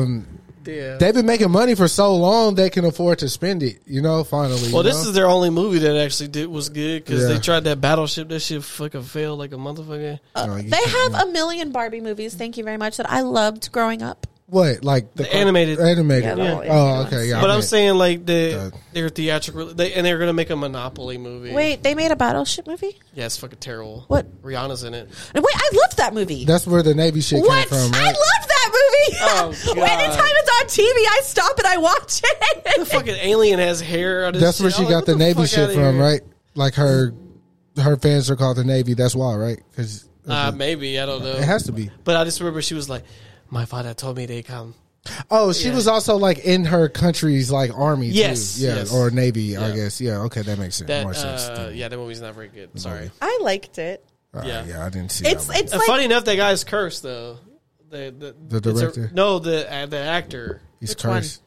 C: um, They've been making money for so long they can afford to spend it. You know, finally.
D: Well,
C: you
D: this
C: know?
D: is their only movie that actually did was good because
C: Yeah.
D: they tried that battleship. That shit fucking failed like a motherfucker.
C: Oh, you
E: They
C: can't-
E: have a million Barbie movies. Thank you very much. That I loved growing up.
C: what like
D: The animated.
C: animated.
E: Yeah, the whole
C: Oh,
E: animated
C: okay,
E: ones.
C: yeah. I
D: But I'm
C: meant-
D: saying like the
C: Uh,
D: their theatrical they, and they're gonna make a Monopoly movie.
E: Wait, they made a battleship movie?
D: yeah, it's fucking terrible.
E: What?
D: Rihanna's in it.
E: Wait, I loved that movie.
C: that's where the Navy shit
E: what?
C: came from.
E: I
C: Right?
E: loved that
D: Oh,
E: movie.
D: God.
E: Anytime it's on TV, I stop and I watch
D: The
E: it.
D: fucking alien has hair. On his
C: that's where
D: shit.
C: she
D: I'm like,
C: got
D: what
C: the Navy
D: fuck
C: shit
D: outta
C: from,
D: here?
C: right? Like her, her fans are called the Navy. That's why, right? Because
D: Uh, maybe I don't know.
C: Mm-hmm. it has to be.
D: But I just remember she was like, "My father told me they come."
C: Oh, she was also like in her country's like army.
D: Yes,
C: too. yeah,
D: yes.
C: or navy, I
D: Yeah.
C: guess. Yeah, okay, that makes sense.
D: That
C: More sense.
D: uh,
C: than-
D: yeah, that movie's not very good. Sorry.
E: I liked it.
C: All right,
D: yeah.
C: yeah, I didn't see.
E: It's
C: that one.
E: it's
D: Uh,
E: like
D: funny enough, that guy's cursed though. The the,
C: The
D: it's a-
C: director?
D: no, the uh, the actor,
C: he's
E: which one?
C: cursed.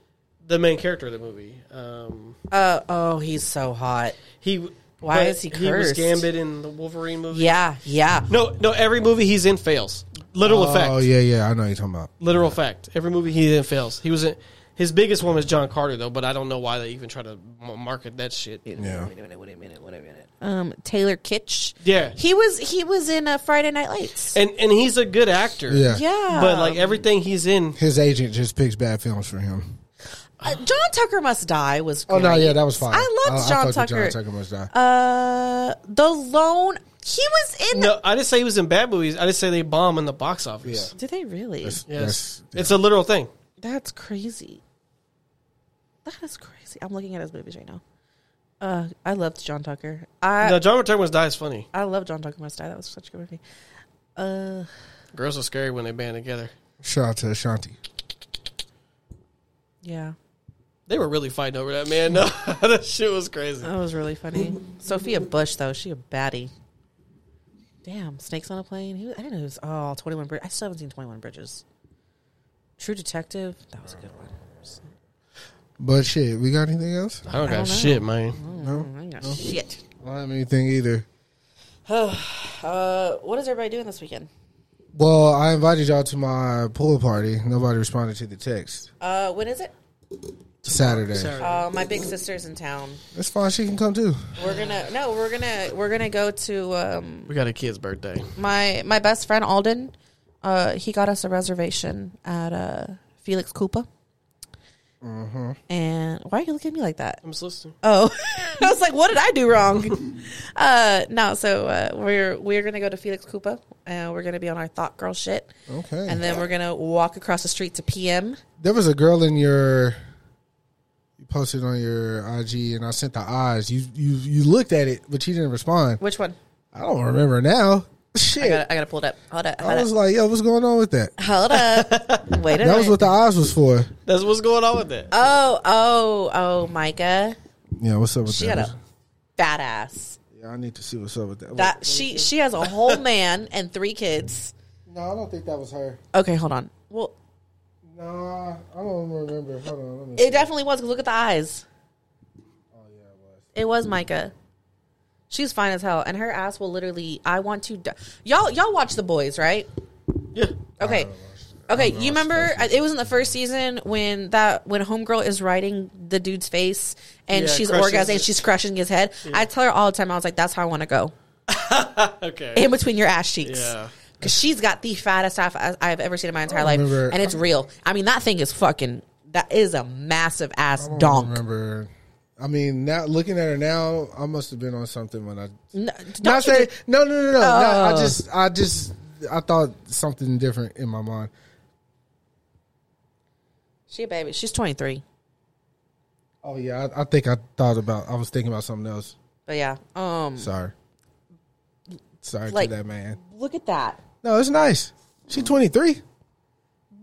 D: the main character of the movie. Um,
E: uh, oh, he's so hot.
D: he
E: Why
D: but
E: is he
D: He was
E: cursed?
D: Gambit in the Wolverine movie.
E: Yeah, yeah.
D: No, no. Every movie he's in fails. Literal fact.
C: Oh yeah, yeah, I know you're talking about.
D: Literal fact. Every movie he in fails. He was in. His biggest one was John Carter though, but I don't know why they even try to m- market that shit.
C: Yeah,
E: Um, Taylor Kitsch.
D: Yeah.
E: he was he was in uh, Friday Night Lights.
D: And and he's a good actor.
C: yeah.
E: yeah,
D: But like everything he's in,
C: His agent just picks bad films for him.
E: Uh, John Tucker Must Die was.
C: Oh no,
E: great.
C: yeah, that was fine.
E: I loved John
C: fucked with
E: Tucker.
C: John Tucker must die.
E: Uh, the lone he was in.
D: no, I didn't say he was in bad movies. I just say they bomb in the box office.
E: Do they really? That's,
D: Yes,
C: That's-
D: it's a literal thing.
E: crazy. That is crazy. I'm looking at his movies right now. Uh, I loved John Tucker. I
D: No, John Turturro was die is funny.
E: I love John Tucker Must Die. That was such a good movie. Uh,
D: Girls are scary when they band together.
C: Shout out to Ashanti.
E: yeah,
D: They were really fighting over that man. No, that shit was crazy.
E: that was really funny. Sophia Bush though, she a baddie. Damn, Snakes on a Plane. He was, I didn't know it was oh, 21 Bridges. I still haven't seen 21 Bridges. True Detective. That was a good one.
C: But shit, we got anything else?
D: I don't got shit, man.
E: I ain't got Oh, Shit.
C: I don't have anything either.
E: Uh, what is everybody doing this weekend?
C: Well, I invited y'all to my pool party. Nobody responded to the text.
E: Uh, when is it?
C: Saturday.
E: Uh, my big sister's in town.
C: That's fine. She can come too.
E: We're gonna no, we're gonna we're gonna go to um
D: We got a kid's birthday.
E: my my best friend Alden. Uh, he got us a reservation at uh Felix Koopa. And why are you looking at me like that?
D: I'm just listening.
E: Oh, I was like, what did I do wrong? uh, no, so uh, we're we're gonna go to Felix Koopa, and we're gonna be on our thought girl shit,
C: Okay.
E: and then we're gonna walk across the street to PM.
C: There was a girl in your. You posted on your IG, and I sent the eyes. You you you looked at it, but you didn't respond.
E: Which one?
C: I don't remember now. Shit.
E: I gotta I gotta pull it up. Hold up, hold
C: I
E: up,
C: was like, yo, what's going on with that?
E: hold up. Wait a
C: That was
E: minute.
C: what the eyes was for.
D: That's what's going on with that.
E: oh oh oh, Micah,
C: Yeah, what's up with
E: she
C: that?
E: got a fat ass.
C: Yeah, I need to see what's up with that.
E: That she she has a whole man and three kids.
C: no, I don't think that was her.
E: Okay, hold on. Well,
C: Nah, I don't remember. Hold on. Let me
E: it definitely was. 'cause look at the eyes. Oh, It was Micah. She's fine as hell, and her ass will literally. I want to. Di- y'all, y'all watch the boys, right?
D: Yeah.
E: Okay, okay. You remember uh, it was in the first season when that when homegirl is riding the dude's face and
D: Yeah,
E: she's
D: crushes
E: orgasming,
D: it.
E: she's crushing his head. I tell her all the time. I was like, "That's how I want to go."
D: Okay.
E: in between your ass cheeks.
D: Yeah.
E: Cause she's got the fattest half ass I've ever seen in my entire life,
C: remember-
E: and it's real. I mean, that thing is fucking. That is a massive ass
C: I don't
E: donk.
C: remember. I mean, now looking at her now, I must have been on something when I.
E: No,
C: Not
E: Mm-hmm. don't you
C: say
E: do-
C: no, no, no, no. no. I
E: Oh.
C: just, I just, I thought something different in my mind.
E: she a baby. She's twenty three,
C: Oh yeah, I, I think I thought about. I was thinking about something else.
E: but yeah. Um,
C: Sorry. Sorry
I: Like-
C: to that man.
I: Look at that.
C: No, it's nice. She twenty three.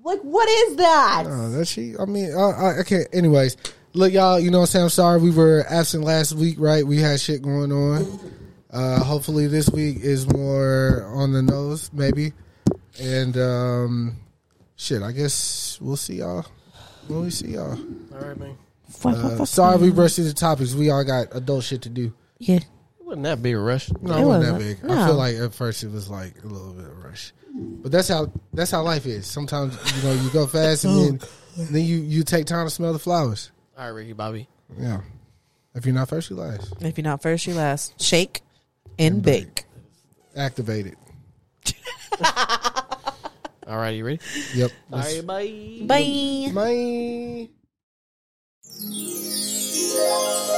I: Like, what is that?
C: Oh, that she. I mean, I, I, I can't. Anyways, look, y'all. You know what I'm saying? I'm sorry we were absent last week, right? We had shit going on. Uh, hopefully, this week is more on the nose, maybe. And um, shit, I guess we'll see y'all when we see y'all.
D: All right, man.
C: Uh, sorry we rushed through the topics. We all got adult shit to do.
E: Yeah.
D: Wouldn't that be a rush?
C: No,
E: It
C: it wasn't that
E: wasn't.
C: big. I feel
E: No.
C: like at first it was like a little bit of rush, but that's how that's how life is. Sometimes you know you go fast
E: Oh,
C: and then, then you you take time to smell the flowers.
D: All right, Ricky Bobby.
C: Yeah, if you're not first, you last.
E: If you're not first, you last. Shake and bake.
C: Activated.
D: All right, you ready?
C: Yep.
D: All right, bye.
E: Bye.
C: Bye.